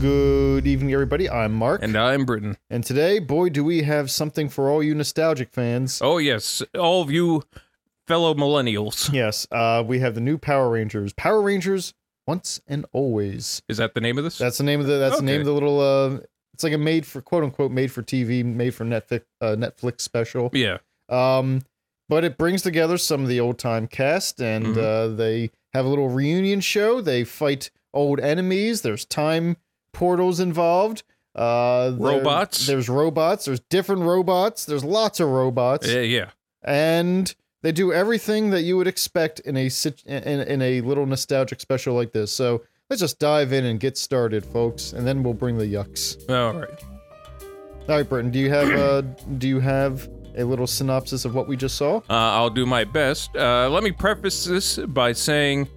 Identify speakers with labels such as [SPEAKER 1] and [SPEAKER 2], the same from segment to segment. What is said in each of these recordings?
[SPEAKER 1] Good evening, everybody. I'm Mark.
[SPEAKER 2] And uh, I'm Britain.
[SPEAKER 1] And today, boy, do we have something for all you nostalgic fans.
[SPEAKER 2] Oh, yes. All of you fellow millennials.
[SPEAKER 1] Yes, uh, we have the new Power Rangers. Power Rangers once and always.
[SPEAKER 2] Is that the name of this?
[SPEAKER 1] That's the name of the. That's the name
[SPEAKER 2] Okay.
[SPEAKER 1] of the little. Uh, it's like a made for quote unquote made for TV, made for Netflix uh, Netflix special.
[SPEAKER 2] yeah.
[SPEAKER 1] Um, but it brings together some of the old time cast, and
[SPEAKER 2] Mhm.
[SPEAKER 1] uh, they have a little reunion show. They fight old enemies. There's time portals involved. Uh, there-
[SPEAKER 2] Robots?
[SPEAKER 1] There's robots. There's different robots. There's lots of robots,
[SPEAKER 2] Yeah, yeah.
[SPEAKER 1] and they do everything that you would expect in a sit- in, in a little nostalgic special like this. So let's just dive in and get started, folks, and then we'll bring the yucks.
[SPEAKER 2] All right.
[SPEAKER 1] All right, Britton, do you have uh, do you have a little synopsis of what we just saw?
[SPEAKER 2] Uh, I'll do my best. Uh, let me preface this by saying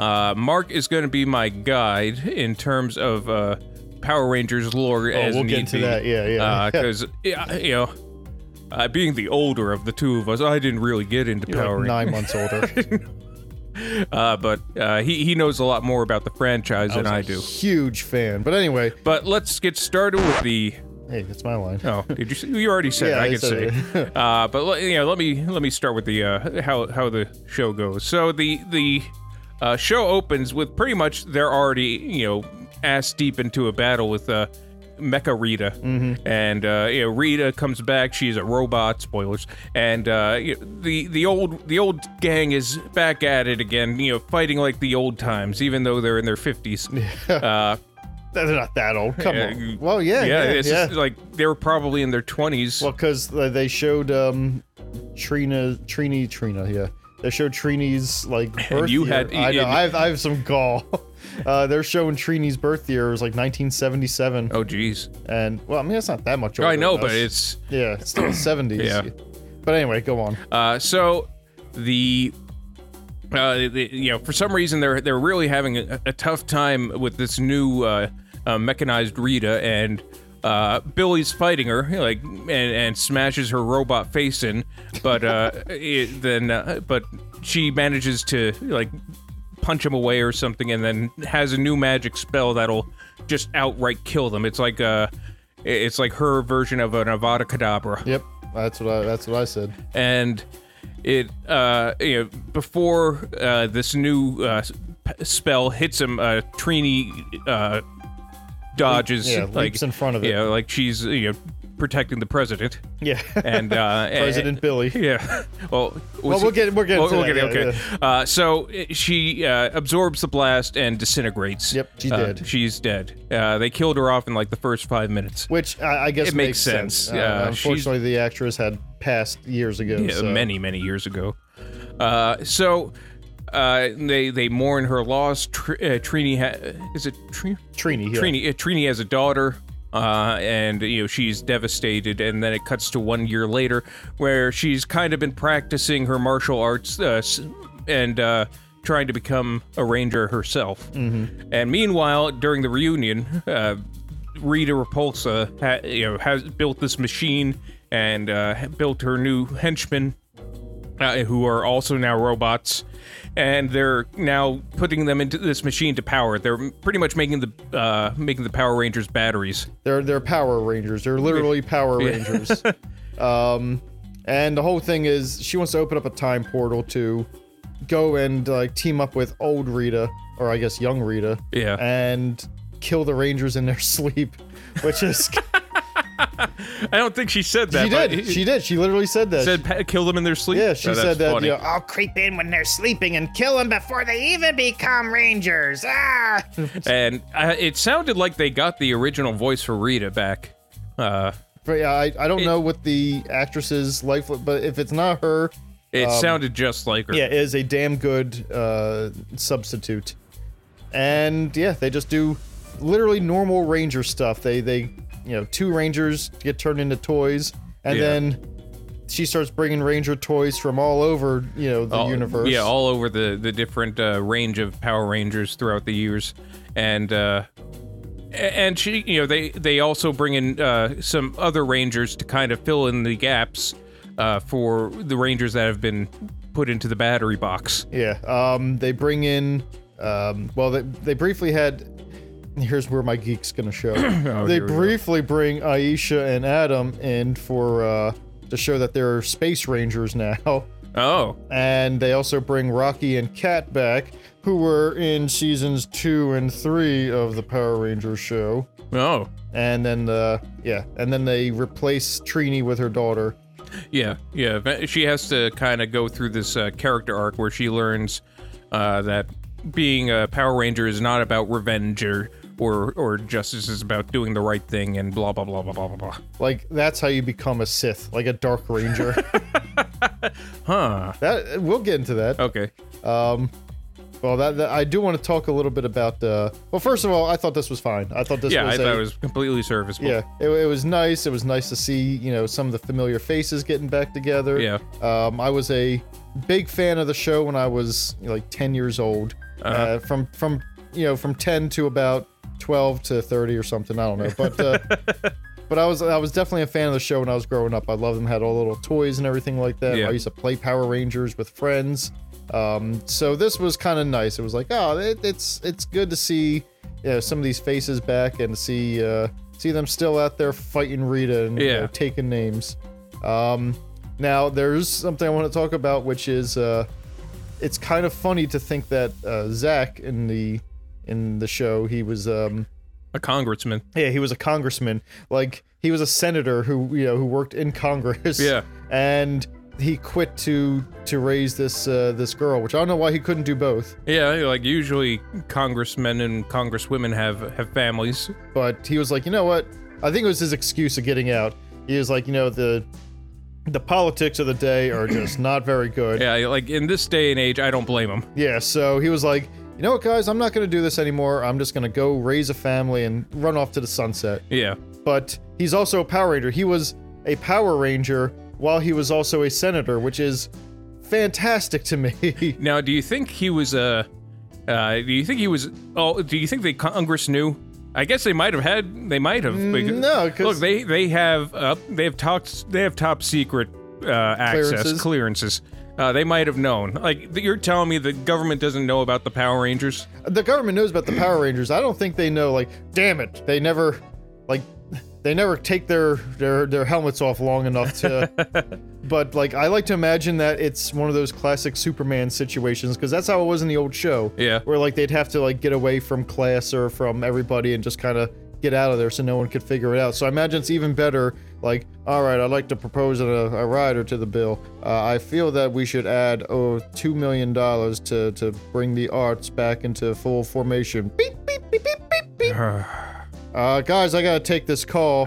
[SPEAKER 2] uh, Mark is going to be my guide in terms of uh, Power Rangers lore
[SPEAKER 1] Oh,
[SPEAKER 2] as
[SPEAKER 1] we'll
[SPEAKER 2] need
[SPEAKER 1] get into
[SPEAKER 2] be.
[SPEAKER 1] that. Yeah, yeah.
[SPEAKER 2] Because, yeah, you know, uh, being the older of the two of us, I didn't really get into
[SPEAKER 1] You're
[SPEAKER 2] Power
[SPEAKER 1] like
[SPEAKER 2] Rangers.
[SPEAKER 1] nine months older.
[SPEAKER 2] Uh, but uh, he, he knows a lot more about the franchise than
[SPEAKER 1] was
[SPEAKER 2] I
[SPEAKER 1] a
[SPEAKER 2] do.
[SPEAKER 1] Huge fan. But anyway,
[SPEAKER 2] But let's get started with the
[SPEAKER 1] hey, that's my line.
[SPEAKER 2] Oh, did you? Say, you already said
[SPEAKER 1] Yeah,
[SPEAKER 2] it, I,
[SPEAKER 1] I
[SPEAKER 2] can say.
[SPEAKER 1] said
[SPEAKER 2] It. uh, but let, you know, let me let me start with the uh, how how the show goes. So the the uh, show opens with pretty much they're already you know ass deep into a battle with uh, Mecha Rita,
[SPEAKER 1] Mm-hmm.
[SPEAKER 2] and uh, you know, Rita comes back. She's a robot. Spoilers. And uh, you know, the the old the old gang is back at it again. You know, fighting like the old times, even though they're in their fifties. uh,
[SPEAKER 1] They're not that old. Come
[SPEAKER 2] you-
[SPEAKER 1] on. Well, yeah,
[SPEAKER 2] yeah,
[SPEAKER 1] yeah,
[SPEAKER 2] it's
[SPEAKER 1] yeah.
[SPEAKER 2] Just, like they were probably in their twenties.
[SPEAKER 1] well, because they showed um, Trina, Trini, Trina. Yeah, they showed Trini's like birth
[SPEAKER 2] you
[SPEAKER 1] year.
[SPEAKER 2] had-
[SPEAKER 1] I know.
[SPEAKER 2] it-
[SPEAKER 1] I have, I have some gall. Uh, they're showing Trini's birth year it was like 1977,
[SPEAKER 2] Oh, jeez.
[SPEAKER 1] and well, I mean that's not that much. Older
[SPEAKER 2] I know,
[SPEAKER 1] than
[SPEAKER 2] but
[SPEAKER 1] us.
[SPEAKER 2] it's
[SPEAKER 1] yeah, it's still 70s.
[SPEAKER 2] Yeah.
[SPEAKER 1] But anyway, go on.
[SPEAKER 2] uh, so the. Uh, the, you know, for some reason they're they're really having a, a tough time with this new uh, uh, mechanized Rita, and uh, Billy's fighting her like and, and smashes her robot face in, but uh, it, then uh, but she manages to like punch him away or something, and then has a new magic spell that'll just outright kill them. It's like uh, it's like her version of an Avada Kedavra
[SPEAKER 1] Yep, that's what I that's what I said.
[SPEAKER 2] and it uh you know before uh this new uh s- p- spell hits him uh trini uh dodges
[SPEAKER 1] Yeah,
[SPEAKER 2] like
[SPEAKER 1] leaps in front of it.
[SPEAKER 2] yeah like she's you know protecting the president
[SPEAKER 1] Yeah,
[SPEAKER 2] and uh
[SPEAKER 1] President Billy.
[SPEAKER 2] yeah well
[SPEAKER 1] Well, we'll get we'll get
[SPEAKER 2] we'll,
[SPEAKER 1] to
[SPEAKER 2] we'll
[SPEAKER 1] that,
[SPEAKER 2] get it,
[SPEAKER 1] yeah,
[SPEAKER 2] okay.
[SPEAKER 1] yeah.
[SPEAKER 2] Uh, so uh, she uh, absorbs the blast and disintegrates.
[SPEAKER 1] Yep, she
[SPEAKER 2] Uh,
[SPEAKER 1] did.
[SPEAKER 2] she's dead. Uh, they killed her off in like the first five minutes.
[SPEAKER 1] Which I, I guess
[SPEAKER 2] It makes sense.
[SPEAKER 1] Uh,
[SPEAKER 2] Yeah, she's-
[SPEAKER 1] unfortunately, the actress had passed years ago.
[SPEAKER 2] Yeah,
[SPEAKER 1] so-
[SPEAKER 2] many many years ago. Uh, so uh, they they mourn her loss. Tr- uh, Trini ha- is it Trini?
[SPEAKER 1] Trini. Yeah.
[SPEAKER 2] Trini uh, Trini has a daughter. Uh, and you know she's devastated, and then it cuts to one year later, where she's kind of been practicing her martial arts uh, s- and uh, trying to become a ranger herself. Mm-hmm. And meanwhile, during the reunion, uh, Rita Repulsa ha- you know has built this machine and uh, built her new henchman, uh, who are also now robots, and they're now putting them into this machine to power. it. They're pretty much making the uh, making the Power Rangers batteries.
[SPEAKER 1] They're they're Power Rangers. They're literally Power Rangers. um, and the whole thing is she wants to open up a time portal to go and like team up with old Rita, or I guess young Rita,
[SPEAKER 2] Yeah.
[SPEAKER 1] and kill the Rangers in their sleep, which is
[SPEAKER 2] I don't think she said that.
[SPEAKER 1] she
[SPEAKER 2] but
[SPEAKER 1] did.
[SPEAKER 2] it-
[SPEAKER 1] She did. She literally said that.
[SPEAKER 2] said pa- kill them in their sleep.
[SPEAKER 1] yeah, she
[SPEAKER 2] Oh, that's
[SPEAKER 1] said that.
[SPEAKER 2] funny.
[SPEAKER 1] You know,
[SPEAKER 3] I'll creep in when they're sleeping and kill them before they even become rangers. Ah!
[SPEAKER 2] And uh, it sounded like they got the original voice for Rita back. Uh,
[SPEAKER 1] But yeah, I, I don't know what the actress's life, but if it's not her,
[SPEAKER 2] it
[SPEAKER 1] Um,
[SPEAKER 2] sounded just like her.
[SPEAKER 1] yeah, it is a damn good uh, substitute. And yeah, they just do literally normal ranger stuff. They they you know two rangers get turned into toys, and
[SPEAKER 2] Yeah.
[SPEAKER 1] then she starts bringing ranger toys from all over you know the
[SPEAKER 2] all-
[SPEAKER 1] universe.
[SPEAKER 2] Yeah, all over the the different uh, range of Power Rangers throughout the years, and uh, a- and she, you know, they they also bring in uh, some other Rangers to kind of fill in the gaps uh, for the Rangers that have been put into the battery box.
[SPEAKER 1] Yeah. Um, they bring in. Um, well, they, they briefly had here's where my geek's gonna show.
[SPEAKER 2] Oh,
[SPEAKER 1] they
[SPEAKER 2] here we go.
[SPEAKER 1] briefly bring Aisha and Adam in for uh, to show that they're space rangers now,
[SPEAKER 2] Oh,
[SPEAKER 1] and they also bring Rocky and Cat back, who were in seasons two and three of the Power Rangers show.
[SPEAKER 2] oh,
[SPEAKER 1] And then uh, yeah, and then they replace Trini with her daughter.
[SPEAKER 2] yeah, yeah. But She has to kind of go through this uh, character arc where she learns uh, that being a Power Ranger is not about revenge or, or or justice is about doing the right thing and blah blah blah blah blah blah blah.
[SPEAKER 1] Like that's how you become a Sith, like a Dark Ranger.
[SPEAKER 2] Huh. Oh.
[SPEAKER 1] that we'll get into that.
[SPEAKER 2] Okay.
[SPEAKER 1] Well, that, that I do want to talk a little bit about. Uh, well, first of all, I thought this was fine. I thought this
[SPEAKER 2] Yeah,
[SPEAKER 1] was
[SPEAKER 2] I
[SPEAKER 1] a-
[SPEAKER 2] thought it was completely serviceable.
[SPEAKER 1] yeah, it, it was nice. It was nice to see you know some of the familiar faces getting back together.
[SPEAKER 2] Yeah.
[SPEAKER 1] um, I was a big fan of the show when I was you know, like ten years old. uh from from you know from ten to about twelve to thirty or something. I don't know, but. Uh, But I was I was definitely a fan of the show when I was growing up. I loved them. Had all the little toys and everything like that.
[SPEAKER 2] Yeah.
[SPEAKER 1] I used to play Power Rangers with friends. Um, so this was kind of nice. It was like, oh, it, it's it's good to see you know, some of these faces back and see uh, see them still out there fighting Rita and you
[SPEAKER 2] Yeah.
[SPEAKER 1] know, taking names. Um, now there's something I want to talk about, which is uh, it's kind of funny to think that uh, Zach in the in the show he was. Um,
[SPEAKER 2] A congressman.
[SPEAKER 1] yeah, he was a congressman. Like he was a senator who you know who worked in Congress.
[SPEAKER 2] Yeah.
[SPEAKER 1] and he quit to to raise this uh, this girl, which I don't know why he couldn't do both.
[SPEAKER 2] Yeah, like usually congressmen and congresswomen have have families.
[SPEAKER 1] But he was like, you know what? I think it was his excuse of getting out. He was like, you know the the politics of the day are just not very good.
[SPEAKER 2] Yeah, like in this day and age, I don't blame them.
[SPEAKER 1] Yeah, so he was like, you know what, guys, I'm not gonna do this anymore. I'm just gonna go raise a family and run off to the sunset.
[SPEAKER 2] Yeah,
[SPEAKER 1] but he's also a Power Ranger. He was a Power Ranger while he was also a senator, which is fantastic to me.
[SPEAKER 2] Now, do you think he was Uh, uh, do you think he was? Oh, do you think the Congress knew? I guess they might have had. They might have. because-
[SPEAKER 1] Mm, no, 'cause-
[SPEAKER 2] look, they they have uh, they have top they have top secret uh, access
[SPEAKER 1] Clearances.
[SPEAKER 2] clearances. Uh, they might have known. Like th- you're telling me the government doesn't know about the Power Rangers.
[SPEAKER 1] the government knows about the Power Rangers. I don't think they know. Like, damn it, they never, like, they never take their their their helmets off long enough to. but like, I like to imagine that it's one of those classic Superman situations because that's how it was in the old show.
[SPEAKER 2] Yeah.
[SPEAKER 1] where like they'd have to like get away from class or from everybody and just kind of get out of there so no one could figure it out. So I imagine it's even better. Like, all right, I'd like to propose a, a rider to the bill. Uh, I feel that we should add oh two million dollars to to bring the arts back into full formation. Beep beep beep beep beep beep. Uh, guys, I gotta take this call.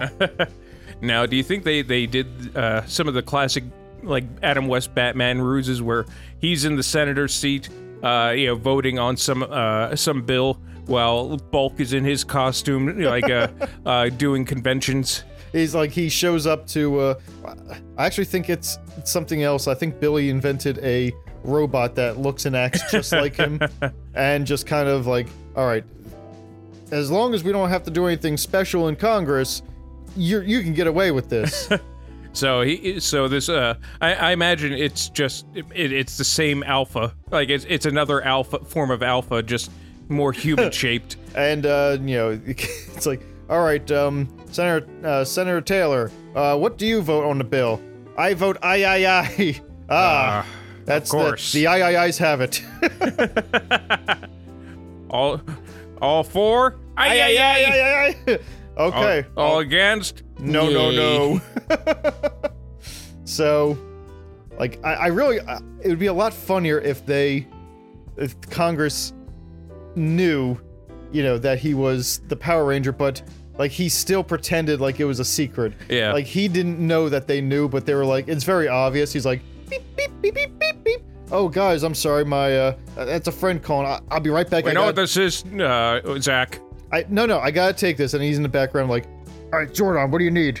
[SPEAKER 2] Now, do you think they they did uh, some of the classic like Adam West Batman ruses where he's in the senator's seat, uh, you know, voting on some uh, some bill while Bulk is in his costume, like uh, uh, doing conventions.
[SPEAKER 1] He's like he shows up to. Uh, I actually think it's something else. I think Billy invented a robot that looks and acts just like him, and just kind of like, all right, as long as we don't have to do anything special in Congress, you you can get away with this.
[SPEAKER 2] So he so this uh, I, I imagine it's just it, it's the same alpha, like it's it's another alpha form of alpha, just more human shaped.
[SPEAKER 1] and uh, you know, it's like, all right, um, Senator uh, Senator Taylor, uh, what do you vote on the bill? I vote aye aye aye. Ah, that's
[SPEAKER 2] course.
[SPEAKER 1] The, the aye aye ayes have it.
[SPEAKER 2] All all four. Aye, aye, aye, aye.
[SPEAKER 1] aye, aye, aye. Okay.
[SPEAKER 2] All, all against.
[SPEAKER 1] No, no,
[SPEAKER 2] Yay.
[SPEAKER 1] no. so, like, I, I really, I, it would be a lot funnier if they, if Congress knew, you know, that he was the Power Ranger, but like he still pretended like it was a secret.
[SPEAKER 2] Yeah.
[SPEAKER 1] Like he didn't know that they knew, but they were like, it's very obvious. He's like, beep, beep, beep, beep, beep, beep. Oh, guys, I'm sorry. My, uh, that's a friend calling. I, I'll be right back.
[SPEAKER 2] We
[SPEAKER 1] I
[SPEAKER 2] know what
[SPEAKER 1] gotta-
[SPEAKER 2] this is, uh, Zach.
[SPEAKER 1] I no no, I gotta take this. And he's in the background like, all right, Jordan, what do you need?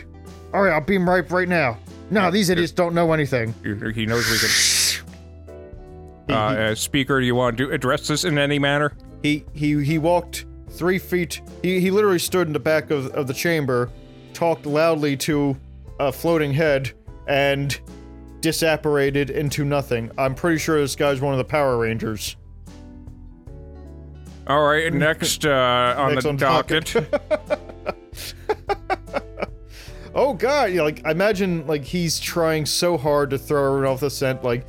[SPEAKER 1] All right, I'll beam right right now. No, these idiots don't know anything.
[SPEAKER 2] He knows we can. Uh, uh, speaker, do you want to address this in any manner?
[SPEAKER 1] He he he walked three feet. He he literally stood in the back of, of the chamber, talked loudly to a floating head, and disapparated into nothing. I'm pretty sure this guy's one of the Power Rangers.
[SPEAKER 2] All right, next uh, on
[SPEAKER 1] Next
[SPEAKER 2] the
[SPEAKER 1] on docket.
[SPEAKER 2] docket.
[SPEAKER 1] oh god you know, like i imagine like he's trying so hard to throw everyone off the scent like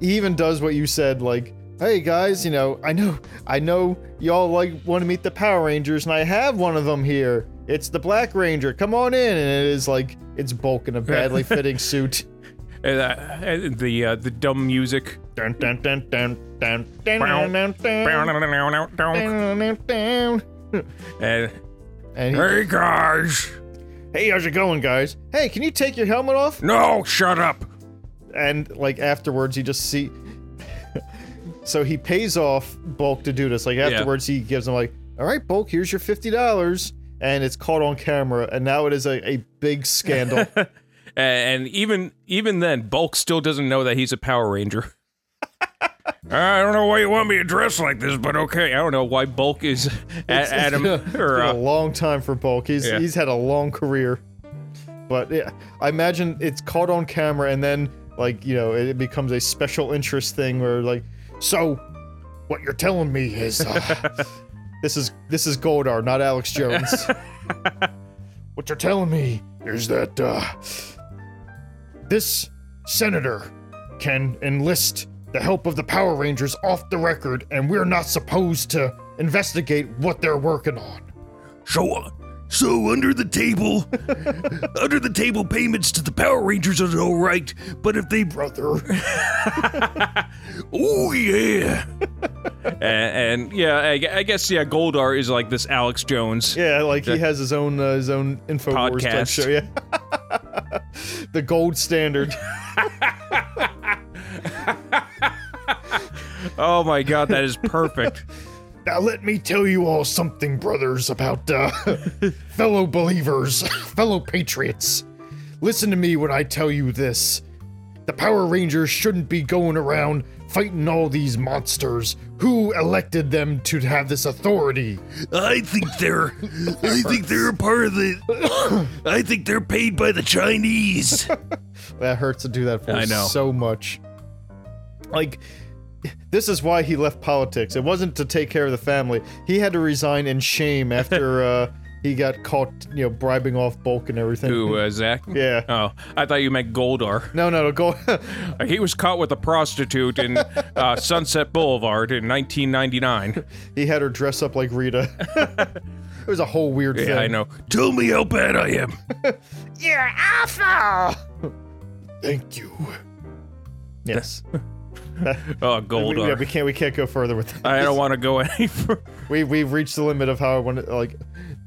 [SPEAKER 1] he even does what you said like hey guys you know i know i know y'all like want to meet the power rangers and i have one of them here it's the black ranger come on in and it is like it's bulk in a badly fitting suit
[SPEAKER 2] And, uh, and the uh, the dumb music.
[SPEAKER 1] Dun, dun, dun, dun, dun, dun, dun, dun, dun,
[SPEAKER 2] Uh, And
[SPEAKER 1] dun, dun, dun. and he,
[SPEAKER 2] hey guys,
[SPEAKER 1] hey how's it going guys hey can you take your helmet off
[SPEAKER 2] no, shut up.
[SPEAKER 1] and like afterwards he just see so he pays off bulk to do this like afterwards he gives him like all right bulk here's your $50 and it's caught on camera and now it is a, a big scandal
[SPEAKER 2] Uh, And even even then, Bulk still doesn't know that he's a Power Ranger. I don't know why you want me to dress like this, but okay. I don't know why Bulk is at Adam or
[SPEAKER 1] a
[SPEAKER 2] uh,
[SPEAKER 1] long time for bulk he's
[SPEAKER 2] yeah.
[SPEAKER 1] he's had a long career but yeah i imagine it's caught on camera and then like you know it becomes a special interest thing where like so what you're telling me is uh, this is this is goldar not alex jones what you're telling me is that uh, this senator can enlist the help of the Power Rangers off the record, and we're not supposed to investigate what they're working on.
[SPEAKER 4] So, so under the table, under the table payments to the Power Rangers are all right, but if they,
[SPEAKER 1] Brother.
[SPEAKER 4] oh yeah,
[SPEAKER 2] and, and yeah, I, gu- I guess yeah, Goldar is like this Alex Jones.
[SPEAKER 1] Yeah, like he has his own uh, his own Infowars type
[SPEAKER 2] Podcast.
[SPEAKER 1] show. Yeah, the gold standard.
[SPEAKER 2] Oh my god, that is perfect.
[SPEAKER 1] Now let me tell you all something, brothers, about uh, fellow believers, fellow patriots. Listen to me when I tell you this. The Power Rangers shouldn't be going around fighting all these monsters. Who elected them to have this authority?
[SPEAKER 4] I think they're, I think they're a part of the, I think they're paid by the Chinese.
[SPEAKER 1] That hurts to do that for
[SPEAKER 2] I know.
[SPEAKER 1] so much. Like, this is why he left politics. It wasn't to take care of the family. He had to resign in shame after uh, he got caught, you know, bribing off Bulk and everything.
[SPEAKER 2] Who uh, Zach?
[SPEAKER 1] Yeah.
[SPEAKER 2] Oh, I thought you meant Goldar.
[SPEAKER 1] No, no, no, go.
[SPEAKER 2] He was caught with a prostitute in uh, Sunset Boulevard in 1999.
[SPEAKER 1] he had her dress up like Rita. it was a whole weird thing.
[SPEAKER 2] Yeah, I know.
[SPEAKER 4] Tell me how bad I am.
[SPEAKER 3] You're awful!
[SPEAKER 1] Thank you. Yes.
[SPEAKER 2] Oh,
[SPEAKER 1] We, yeah,
[SPEAKER 2] Goldar.
[SPEAKER 1] we can't. We can't go further with.
[SPEAKER 2] I
[SPEAKER 1] this.
[SPEAKER 2] don't want to go any further.
[SPEAKER 1] We we've reached the limit of how I want to like.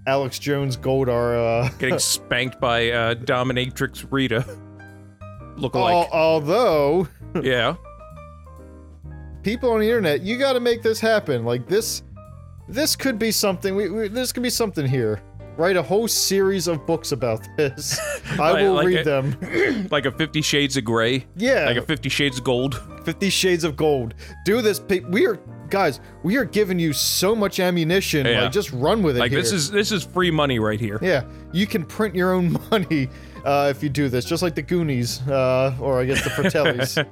[SPEAKER 1] Alex Jones Goldar. Uh,
[SPEAKER 2] Getting spanked by uh, Dominatrix Rita. Look
[SPEAKER 1] al-
[SPEAKER 4] Oh.
[SPEAKER 2] alike.
[SPEAKER 1] although.
[SPEAKER 2] Yeah.
[SPEAKER 1] people on the internet, you got to make this happen. Like this, this could be something. We, we this could be something here. Write a whole series of books about this. I
[SPEAKER 2] Like-
[SPEAKER 1] will
[SPEAKER 2] like
[SPEAKER 1] read
[SPEAKER 2] a-
[SPEAKER 1] them.
[SPEAKER 2] Like a Fifty Shades of Grey.
[SPEAKER 1] Yeah,
[SPEAKER 2] Like a Fifty Shades of Gold.
[SPEAKER 1] Fifty Shades of Gold. Do this. pe- We are guys. We are giving you so much ammunition.
[SPEAKER 2] Yeah.
[SPEAKER 1] Like just run with it.
[SPEAKER 2] Like
[SPEAKER 1] here.
[SPEAKER 2] this is this is free money right here.
[SPEAKER 1] Yeah, you can print your own money uh, if you do this, just like the Goonies, uh, or I guess the Fratellis.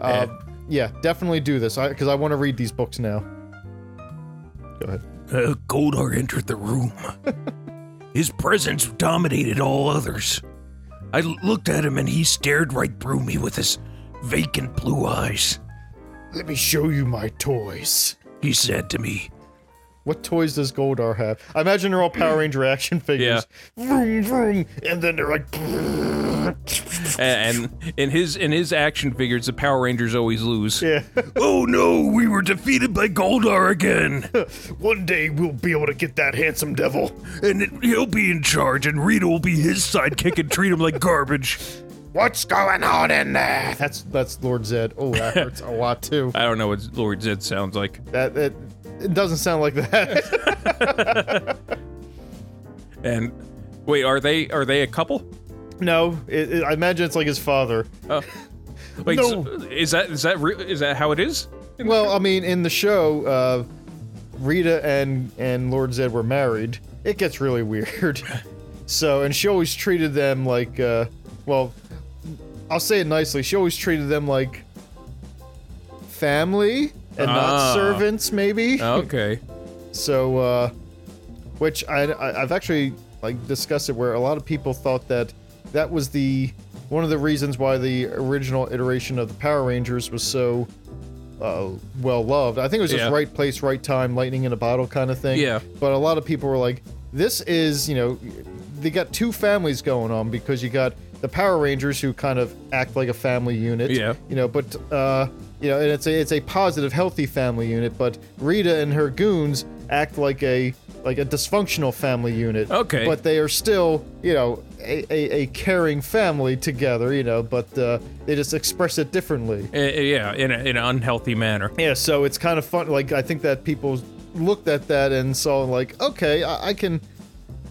[SPEAKER 1] uh, yeah, definitely do this because I, want to read these books now. Go ahead.
[SPEAKER 4] Uh, Goldar entered the room. His presence dominated all others. I l- looked at him and he stared right through me with his vacant blue eyes.
[SPEAKER 1] Let me show you my toys.
[SPEAKER 4] He said to me,
[SPEAKER 1] What toys does Goldar have? I imagine they're all Power Ranger action figures. Vroom vroom, and then they're like,
[SPEAKER 2] A- And, and in his in his action figures, the Power Rangers always lose.
[SPEAKER 1] yeah.
[SPEAKER 4] Oh no, we were defeated by Goldar again.
[SPEAKER 1] One day we'll be able to get that handsome devil.
[SPEAKER 4] And it- he'll be in charge, and Rita will be his sidekick and treat him like garbage.
[SPEAKER 3] What's going on in there?
[SPEAKER 1] That's that's Lord Zed. Oh, that hurts a lot too.
[SPEAKER 2] I don't know what Lord Zed sounds like.
[SPEAKER 1] That that it doesn't sound like that.
[SPEAKER 2] And wait, are they are they a couple?
[SPEAKER 1] no, it, it- I imagine it's like his father.
[SPEAKER 2] Wait,
[SPEAKER 1] No.
[SPEAKER 2] so- is that is that re- is that how it is?
[SPEAKER 1] Well, I mean, in the show, uh, Rita and and Lord Zed were married. It gets really weird. So, and she always treated them like, uh, well, I'll say it nicely. She always treated them like family and not
[SPEAKER 2] Ah. Oh.
[SPEAKER 1] servants, maybe.
[SPEAKER 2] Okay.
[SPEAKER 1] So, uh, which I, I I've actually like discussed it where a lot of people thought that that was the one of the reasons why the original iteration of the Power Rangers was so uh, well loved. I think it was just
[SPEAKER 2] Yeah.
[SPEAKER 1] right place, right time, lightning in a bottle kind of thing.
[SPEAKER 2] Yeah.
[SPEAKER 1] But a lot of people were like, this is, you know, they got two families going on because you got the Power Rangers who kind of act like a family unit.
[SPEAKER 2] Yeah.
[SPEAKER 1] You know, but uh, you know, and it's a it's a positive, healthy family unit. But Rita and her goons act like a like a dysfunctional family unit.
[SPEAKER 2] Okay.
[SPEAKER 1] But they are still, you know, a, a, a caring family together. You know, but uh, they just express it differently.
[SPEAKER 2] Uh, yeah, in, a, in an unhealthy manner.
[SPEAKER 1] Yeah, so it's kind of fun. Like I think that people looked at that and saw like, okay, I, I can,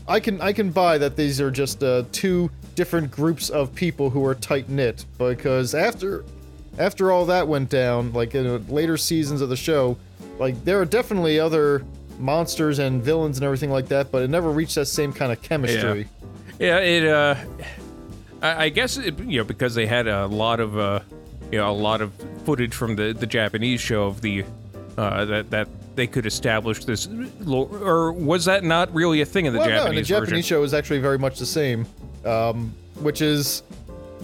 [SPEAKER 1] I can, I can buy that these are just uh, two different groups of people who are tight knit. Because after, after all that went down, like in uh, later seasons of the show, like there are definitely other monsters and villains and everything like that, but it never reached that same kind of chemistry.
[SPEAKER 2] Yeah, it. Uh, I, I guess it, you know because they had a lot of uh, you know a lot of footage from the the Japanese show of the uh, that that they could establish this lore, or was that not really a thing in the
[SPEAKER 1] well,
[SPEAKER 2] Japanese
[SPEAKER 1] no, and the
[SPEAKER 2] version?
[SPEAKER 1] Japanese show is actually very much the same, um, which is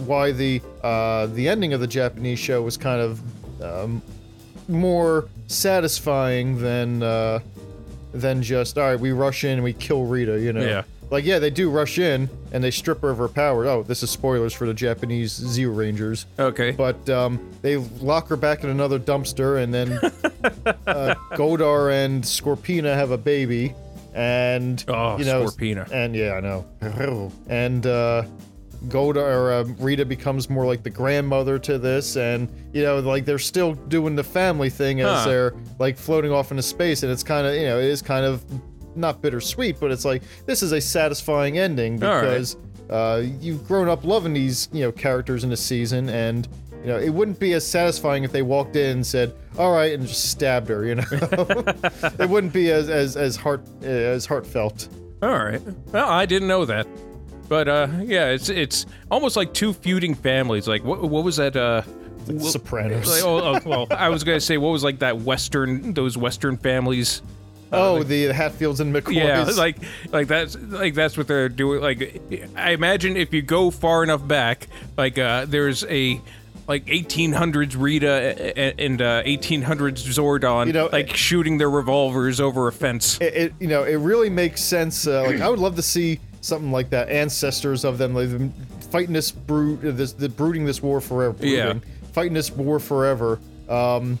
[SPEAKER 1] why the uh, the ending of the Japanese show was kind of um, more satisfying than uh, than just all right, we rush in and we kill Rita, you know.
[SPEAKER 2] Yeah.
[SPEAKER 1] Like yeah, they do rush in and they strip her of her power. Oh, this is spoilers for the Japanese Zeo Rangers.
[SPEAKER 2] Okay.
[SPEAKER 1] But um, they lock her back in another dumpster, and then uh, Godar and Scorpina have a baby, and
[SPEAKER 2] Oh,
[SPEAKER 1] you know,
[SPEAKER 2] Scorpina.
[SPEAKER 1] and yeah, I know, and uh, Godar or um, Rita becomes more like the grandmother to this, and you know, like they're still doing the family thing as
[SPEAKER 2] Huh.
[SPEAKER 1] they're like floating off into space, and it's kind of you know, it is kind of not bittersweet, but it's like this is a satisfying ending
[SPEAKER 2] All right.
[SPEAKER 1] because uh, you've grown up loving these you know characters in a season, and you know it wouldn't be as satisfying if they walked in and said, "All right," and just stabbed her. You know, it wouldn't be as as as heart as heartfelt.
[SPEAKER 2] All right. Well, I didn't know that. But uh, yeah, it's it's almost like two feuding families. Like what what was that? Uh, wh-
[SPEAKER 1] Sopranos.
[SPEAKER 2] like, oh, oh, well, I was gonna say what was like that Western those Western families.
[SPEAKER 1] oh, the, Hatfields and McCoys.
[SPEAKER 2] Yeah, like like that's like that's what they're doing. Like I imagine if you go far enough back, like uh, there's a like 1800s Rita and, and uh, 1800s Zordon,
[SPEAKER 1] You know, eh,
[SPEAKER 2] like shooting their revolvers over a fence.
[SPEAKER 1] it, it you know it really makes sense. Uh, like I would love to see something like that. Ancestors of them, like, them fighting this brood, uh, this the brooding this war forever.
[SPEAKER 2] Yeah.
[SPEAKER 1] brooding, fighting this war forever. Um,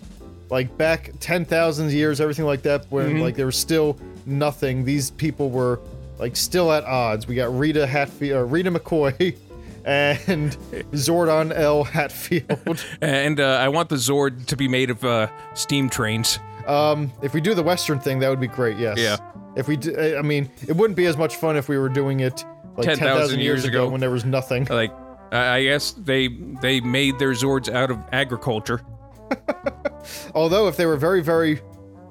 [SPEAKER 1] like back ten thousand years, everything like that, when like there was still nothing. These people were like still at odds. We got Rita Hatfield, uh, Rita McCoy, and Zordon L. Hatfield.
[SPEAKER 2] and uh, I want the Zord to be made of uh, steam trains.
[SPEAKER 1] Um, If we do the Western thing, that would be great. Yes.
[SPEAKER 2] Yeah.
[SPEAKER 1] If we, d- I I mean, it wouldn't be as much fun if we were doing it like ten
[SPEAKER 2] 10,000
[SPEAKER 1] thousand years
[SPEAKER 2] years
[SPEAKER 1] ago
[SPEAKER 2] ago.
[SPEAKER 1] when there was nothing.
[SPEAKER 2] Like I I guess they they made their Zords out of agriculture.
[SPEAKER 1] Although, if they were very, very,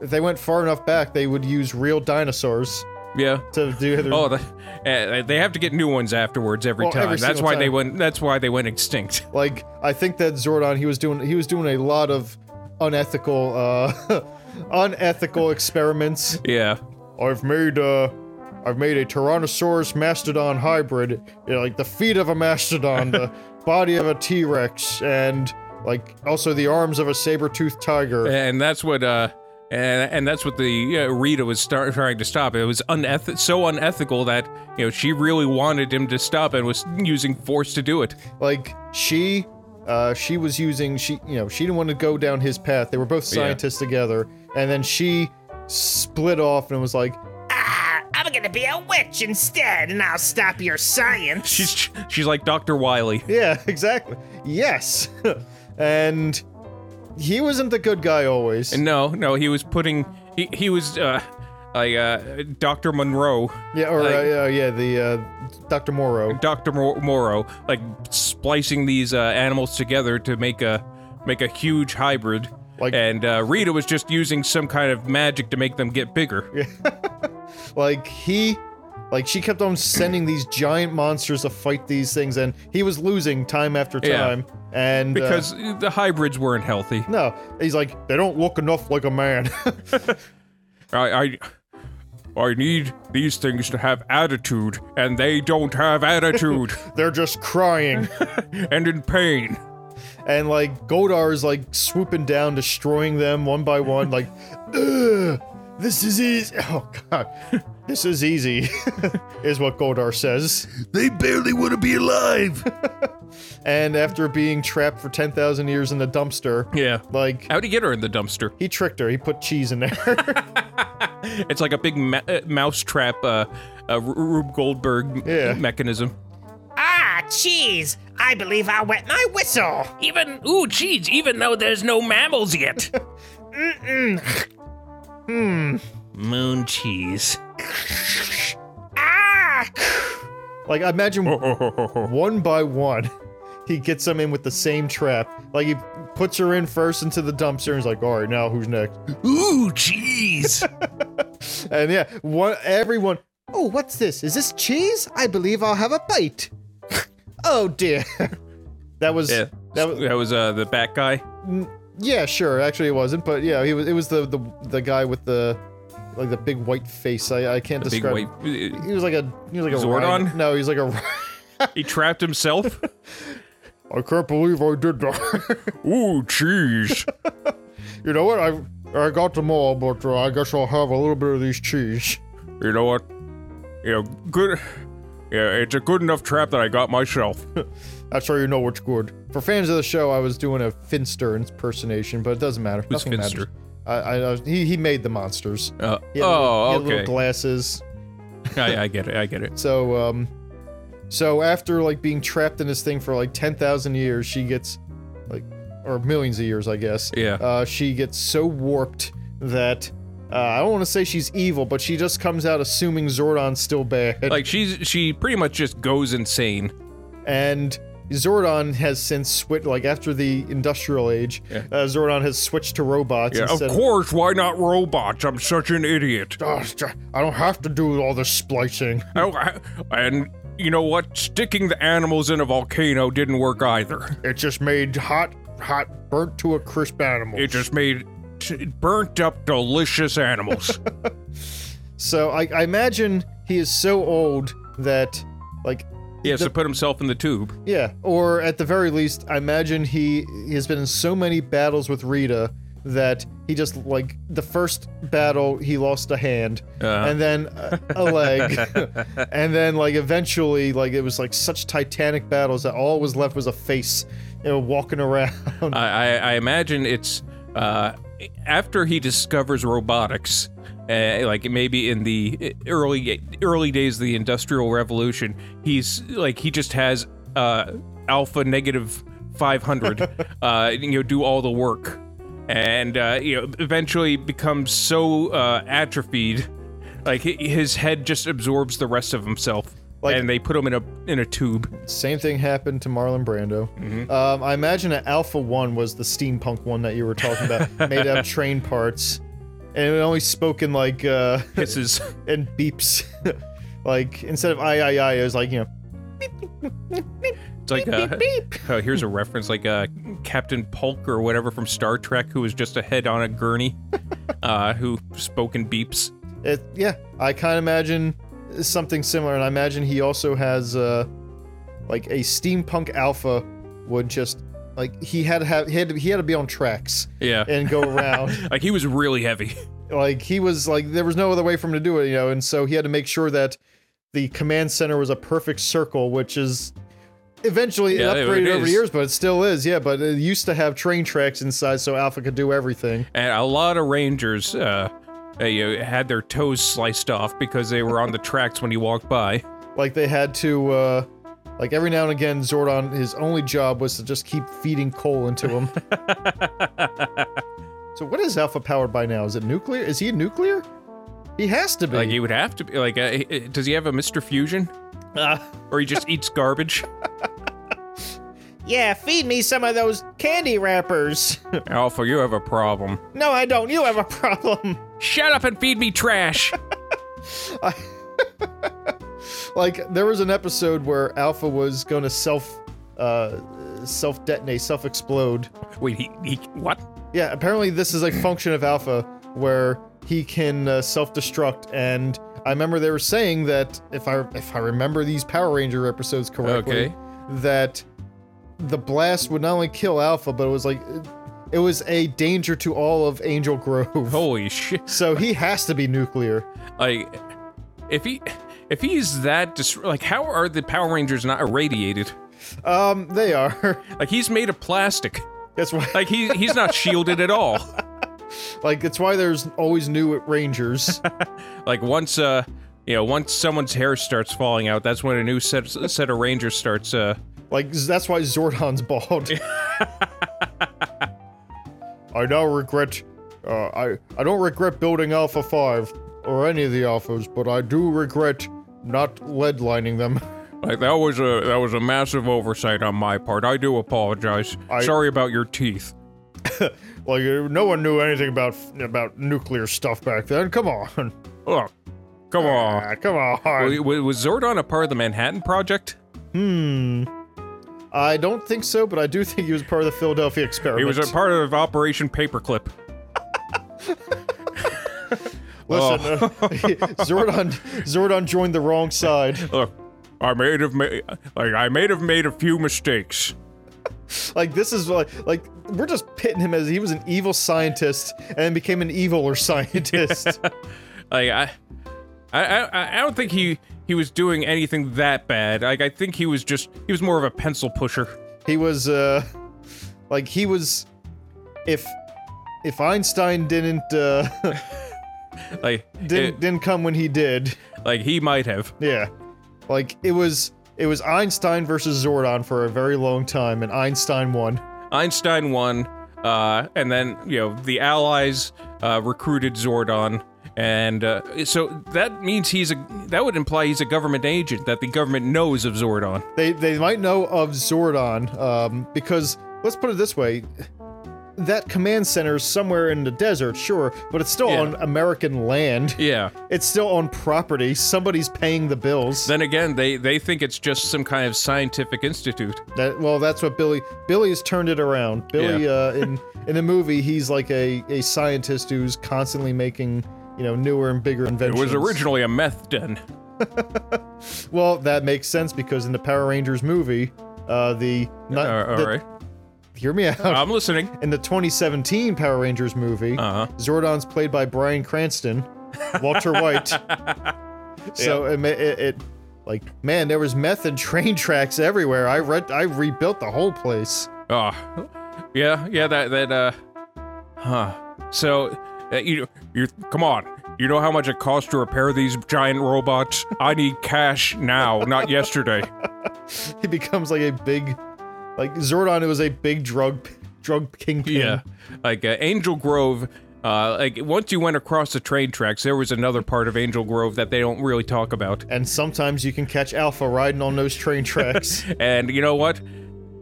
[SPEAKER 1] if they went far enough back, they would use real dinosaurs
[SPEAKER 2] Yeah.
[SPEAKER 1] to do. Their,
[SPEAKER 2] Oh, the, uh, they have to get new ones afterwards every
[SPEAKER 1] Well,
[SPEAKER 2] time.
[SPEAKER 1] every
[SPEAKER 2] that's
[SPEAKER 1] single
[SPEAKER 2] why they
[SPEAKER 1] time.
[SPEAKER 2] went. That's why they went extinct.
[SPEAKER 1] like I think that Zordon, he was doing, he was doing a lot of unethical, uh, unethical experiments.
[SPEAKER 2] Yeah.
[SPEAKER 1] I've made uh I've made a Tyrannosaurus mastodon hybrid, you know, like the feet of a mastodon, the body of a T-Rex, and like also the arms of a saber-toothed tiger.
[SPEAKER 2] and that's what uh and, and that's what the uh, Rita was start, trying to stop. It was uneth- so unethical that you know she really wanted him to stop and was using force to do it.
[SPEAKER 1] Like she uh she was using she you know, she didn't want to go down his path. They were both
[SPEAKER 2] Yeah.
[SPEAKER 1] scientists together, and then she split off and was like,
[SPEAKER 3] Ah, I'm gonna be a witch instead, and I'll stop your science.
[SPEAKER 2] She's she's like Doctor Wiley.
[SPEAKER 1] Yeah, exactly. Yes. and he wasn't the good guy always.
[SPEAKER 2] And no, no, he was putting he, he was uh like uh Doctor Monroe,
[SPEAKER 1] yeah, or
[SPEAKER 2] like-
[SPEAKER 1] uh, yeah, the uh, Dr. Morrow.
[SPEAKER 2] Doctor Mor- Morrow, like splicing these uh, animals together to make a make a huge hybrid.
[SPEAKER 1] Like-
[SPEAKER 2] and uh, Rita was just using some kind of magic to make them get bigger.
[SPEAKER 1] Like he, like she kept on sending these giant monsters to fight these things, and he was losing time after
[SPEAKER 2] Yeah.
[SPEAKER 1] time. And uh,
[SPEAKER 2] Because the hybrids weren't healthy.
[SPEAKER 1] no, he's like they don't look enough like a man.
[SPEAKER 2] I, I I need these things to have attitude, and they don't have attitude,
[SPEAKER 1] They're just crying.
[SPEAKER 2] and in pain.
[SPEAKER 1] and like Goldar is like swooping down, destroying them one by one. Like, Ugh, this is easy. Oh god, this is easy, is what Goldar says.
[SPEAKER 4] They barely want to be alive.
[SPEAKER 1] And after being trapped for ten thousand years in the dumpster,
[SPEAKER 2] Yeah.
[SPEAKER 1] like
[SPEAKER 2] How'd he get her in the dumpster?
[SPEAKER 1] he tricked her. He put cheese in there.
[SPEAKER 2] It's like a big ma- uh, mousetrap, uh, uh, R- Rube Goldberg
[SPEAKER 1] Yeah.
[SPEAKER 2] mechanism.
[SPEAKER 3] Ah, cheese! I believe I wet my whistle.
[SPEAKER 4] Even, ooh, geez, even though there's no mammals yet. Hmm. Moon cheese.
[SPEAKER 3] Ah!
[SPEAKER 1] like imagine one by one. He gets them in with the same trap. Like he puts her in first into the dumpster and he's like, all right, now who's next?
[SPEAKER 4] Ooh, cheese.
[SPEAKER 1] And yeah, one everyone. Oh, what's this? Is this cheese? I believe I'll have a bite. oh dear. that was
[SPEAKER 2] Yeah.
[SPEAKER 1] that was
[SPEAKER 2] That was uh, the bat guy.
[SPEAKER 1] yeah, sure. Actually, it wasn't, but yeah, he was. It was the the the guy with the like the big white face. I I can't
[SPEAKER 2] Big
[SPEAKER 1] describe.
[SPEAKER 2] white. uh,
[SPEAKER 1] He was like a he was like a
[SPEAKER 2] Zordon?
[SPEAKER 1] rhino- No, he was like a. rhi-
[SPEAKER 2] He trapped himself.
[SPEAKER 1] I can't believe I did that.
[SPEAKER 2] Ooh, cheese.
[SPEAKER 1] you know what? I I got them all, but uh, I guess I'll have a little bit of these cheese.
[SPEAKER 2] You know what? Yeah, good. Yeah, it's a good enough trap that I got myself.
[SPEAKER 1] That's how you know it's good. For fans of the show, I was doing a Finster impersonation, but it doesn't matter.
[SPEAKER 2] Who's
[SPEAKER 1] Nothing
[SPEAKER 2] Finster?
[SPEAKER 1] matters. I, I, I, he, he made the monsters.
[SPEAKER 2] Uh,
[SPEAKER 1] He had little, he
[SPEAKER 2] oh,
[SPEAKER 1] had
[SPEAKER 2] okay.
[SPEAKER 1] Little glasses.
[SPEAKER 2] I, I get it. I get it.
[SPEAKER 1] So, um, so after like being trapped in this thing for like ten thousand years, she gets like, or millions of years, I guess.
[SPEAKER 2] Yeah.
[SPEAKER 1] Uh, she gets so warped that uh, I don't want to say she's evil, but she just comes out assuming Zordon's still bad.
[SPEAKER 2] Like she's she pretty much just goes insane.
[SPEAKER 1] and Zordon has since switched, like after the industrial age,
[SPEAKER 2] Yeah.
[SPEAKER 1] uh, Zordon has switched to robots.
[SPEAKER 2] Yeah, of
[SPEAKER 1] instead
[SPEAKER 2] course. Why not robots? I'm such an idiot.
[SPEAKER 1] "Oh, st- I don't have to do all this splicing.
[SPEAKER 2] Oh, I- and you know what? Sticking the animals in a volcano didn't work either.
[SPEAKER 1] It just made hot, hot, burnt to a crisp animal.
[SPEAKER 2] It just made t- burnt up delicious animals.
[SPEAKER 1] so I, I imagine he is so old that, like,
[SPEAKER 2] he has to put himself in the tube.
[SPEAKER 1] yeah, or at the very least, I imagine he has been in so many battles with Rita that he just like the first battle he lost a hand
[SPEAKER 2] Uh.
[SPEAKER 1] and then a, a leg and then like eventually like it was like such titanic battles that all was left was a face you know walking around
[SPEAKER 2] I, I, I imagine it's uh, after he discovers robotics, uh, like maybe in the early early days of the Industrial Revolution, he's like he just has uh, alpha negative five hundred, uh, you know, do all the work, and uh, you know, eventually becomes so uh, atrophied, like hi- his head just absorbs the rest of himself.
[SPEAKER 1] Like-
[SPEAKER 2] and they put him in a in a tube.
[SPEAKER 1] same thing happened to marlon brando um, i imagine an alpha one was the steampunk one that you were talking about made out of train parts and it only spoke in like uh
[SPEAKER 2] This is
[SPEAKER 1] and beeps. like instead of I I I, it was like you know
[SPEAKER 2] It's like uh, oh, here's a reference like uh, Captain Polk or whatever from Star Trek, who was just a head on a gurney, uh, who spoke in beeps.
[SPEAKER 1] it. Yeah, I kind of imagine something similar, and I imagine he also has uh like a steampunk alpha would just like he had to have he had to, he had to be on tracks
[SPEAKER 2] Yeah,
[SPEAKER 1] and go around.
[SPEAKER 2] like he was really heavy.
[SPEAKER 1] like he was like there was no other way for him to do it, you know, and so he had to make sure that the command center was a perfect circle, which is eventually
[SPEAKER 2] Yeah, it
[SPEAKER 1] upgraded over
[SPEAKER 2] is.
[SPEAKER 1] the years, but it still is. Yeah, but it used to have train tracks inside, so Alpha could do everything.
[SPEAKER 2] And a lot of Rangers uh, they, uh, had their toes sliced off because they were on the tracks when he walked by.
[SPEAKER 1] Like they had to, uh, like every now and again, Zordon his only job was to just keep feeding coal into him. so what is Alpha powered by now? Is it nuclear? Is he a nuclear? He has to be.
[SPEAKER 2] Like he would have to be like, uh, he- does he have a Mister Fusion? or he just eats garbage?
[SPEAKER 3] Yeah, feed me some of those candy wrappers.
[SPEAKER 2] Alpha, you have a problem.
[SPEAKER 3] No, I don't. You have a problem.
[SPEAKER 2] Shut up and feed me trash.
[SPEAKER 1] like there was an episode where Alpha was going to self, uh, self detonate, self explode.
[SPEAKER 2] Wait, he, he what?
[SPEAKER 1] Yeah, apparently this is a function of Alpha. where he can uh, self-destruct. And I remember they were saying that if I if I remember these Power Ranger episodes correctly,
[SPEAKER 2] Okay.
[SPEAKER 1] that the blast would not only kill Alpha, but it was like it was a danger to all of Angel Grove.
[SPEAKER 2] Holy shit!
[SPEAKER 1] So he has to be nuclear.
[SPEAKER 2] Like, if he if he's that dis- like, how are the Power Rangers not irradiated?
[SPEAKER 1] Um, they are.
[SPEAKER 2] Like he's made of plastic.
[SPEAKER 1] That's why,
[SPEAKER 2] Like he he's not shielded at all.
[SPEAKER 1] like, that's why there's always new Rangers.
[SPEAKER 2] Like once uh you know once someone's hair starts falling out, that's when a new set set of Rangers starts uh
[SPEAKER 1] Like z- that's why Zordon's bald. I now regret. Uh, I I don't regret building Alpha Five or any of the Alphas, but I do regret not lead lining them.
[SPEAKER 2] Like that was a that was a massive oversight on my part. I do apologize.
[SPEAKER 1] I-
[SPEAKER 2] Sorry about your teeth.
[SPEAKER 1] Like uh, no one knew anything about about nuclear stuff back then. Come on,
[SPEAKER 2] Oh, come on.
[SPEAKER 1] Ah, come on.
[SPEAKER 2] Was, was Zordon a part of the Manhattan Project?
[SPEAKER 1] Hmm. I don't think so, but I do think he was part of the Philadelphia experiment.
[SPEAKER 2] He was a part of Operation Paperclip.
[SPEAKER 1] Listen,
[SPEAKER 2] Oh.
[SPEAKER 1] uh, Zordon Zordon joined the wrong side.
[SPEAKER 2] Look, I made have made like I may have made a few mistakes.
[SPEAKER 1] Like this is like like we're just pitting him as he was an evil scientist and became an eviler scientist.
[SPEAKER 2] Like I, I, I, I don't think he he was doing anything that bad. Like I think he was just he was more of a pencil pusher.
[SPEAKER 1] he was uh like he was if if Einstein didn't uh
[SPEAKER 2] Like
[SPEAKER 1] didn't
[SPEAKER 2] it-
[SPEAKER 1] didn't come when he did,
[SPEAKER 2] like he might have.
[SPEAKER 1] yeah. Like it was it was Einstein versus Zordon for a very long time and Einstein won.
[SPEAKER 2] Einstein won, uh, and then you know the Allies uh, recruited Zordon, and uh, so that means he's a that would imply he's a government agent that the government knows of Zordon.
[SPEAKER 1] They they might know of Zordon um because let's put it this way that command center is somewhere in the desert, sure, but it's still
[SPEAKER 2] Yeah.
[SPEAKER 1] on American land.
[SPEAKER 2] Yeah.
[SPEAKER 1] It's still on property. Somebody's paying the bills.
[SPEAKER 2] Then again, they they think it's just some kind of scientific institute.
[SPEAKER 1] That- well, that's what Billy. Billy has turned it around. Billy, uh, in in the movie, he's like a a scientist who's constantly making you know newer and bigger
[SPEAKER 2] It
[SPEAKER 1] inventions.
[SPEAKER 2] was originally a meth den.
[SPEAKER 1] Well, that makes sense because in the Power Rangers movie, uh, the, not,
[SPEAKER 2] Uh, all
[SPEAKER 1] the- oh.
[SPEAKER 2] right,
[SPEAKER 1] hear me out.
[SPEAKER 2] I'm listening.
[SPEAKER 1] in the 2017 Power Rangers movie,
[SPEAKER 2] Uh huh.
[SPEAKER 1] Zordon's played by Brian Cranston, Walter White. so it, ma- it, it, like, man, there was meth and train tracks everywhere. I re- I rebuilt the whole place.
[SPEAKER 2] Oh, yeah, yeah. That that uh, huh. So uh, you you come on. You know how much it costs to repair these giant robots? I need cash now, not yesterday.
[SPEAKER 1] He becomes like a big, like Zordon. It was a big drug, drug kingpin.
[SPEAKER 2] like uh, Angel Grove. Uh, like once you went across the train tracks, there was another part of Angel Grove that they don't really talk about.
[SPEAKER 1] And sometimes you can catch Alpha riding on those train tracks.
[SPEAKER 2] And you know what?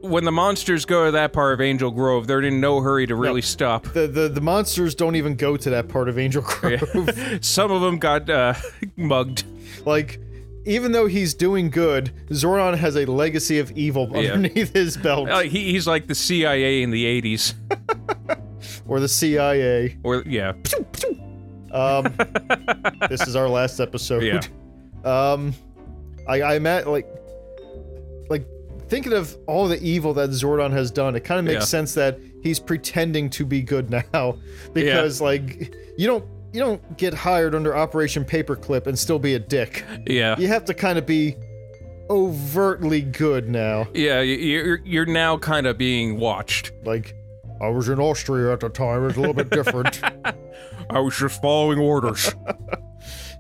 [SPEAKER 2] When the monsters go to that part of Angel Grove, they're in no hurry to really stop.
[SPEAKER 1] the, the the monsters don't even go to that part of Angel Grove.
[SPEAKER 2] Some of them got uh, mugged.
[SPEAKER 1] Like, even though he's doing good, Zordon has a legacy of evil
[SPEAKER 2] Yeah.
[SPEAKER 1] underneath his belt,
[SPEAKER 2] Uh, he, he's like the CIA in the '80s.
[SPEAKER 1] or the CIA.
[SPEAKER 2] Or yeah,
[SPEAKER 1] Um, this is our last episode.
[SPEAKER 2] Yeah.
[SPEAKER 1] Um, I I met like like thinking of all the evil that Zordon has done. It kind of makes
[SPEAKER 2] Yeah.
[SPEAKER 1] sense that he's pretending to be good now because like you don't you don't get hired under Operation Paperclip and still be a dick.
[SPEAKER 2] yeah,
[SPEAKER 1] You have to kind of be overtly good now.
[SPEAKER 2] yeah. y- You're you're now kind of being watched.
[SPEAKER 1] Like I was in Austria at the time. It's a little bit different.
[SPEAKER 2] I was just following orders.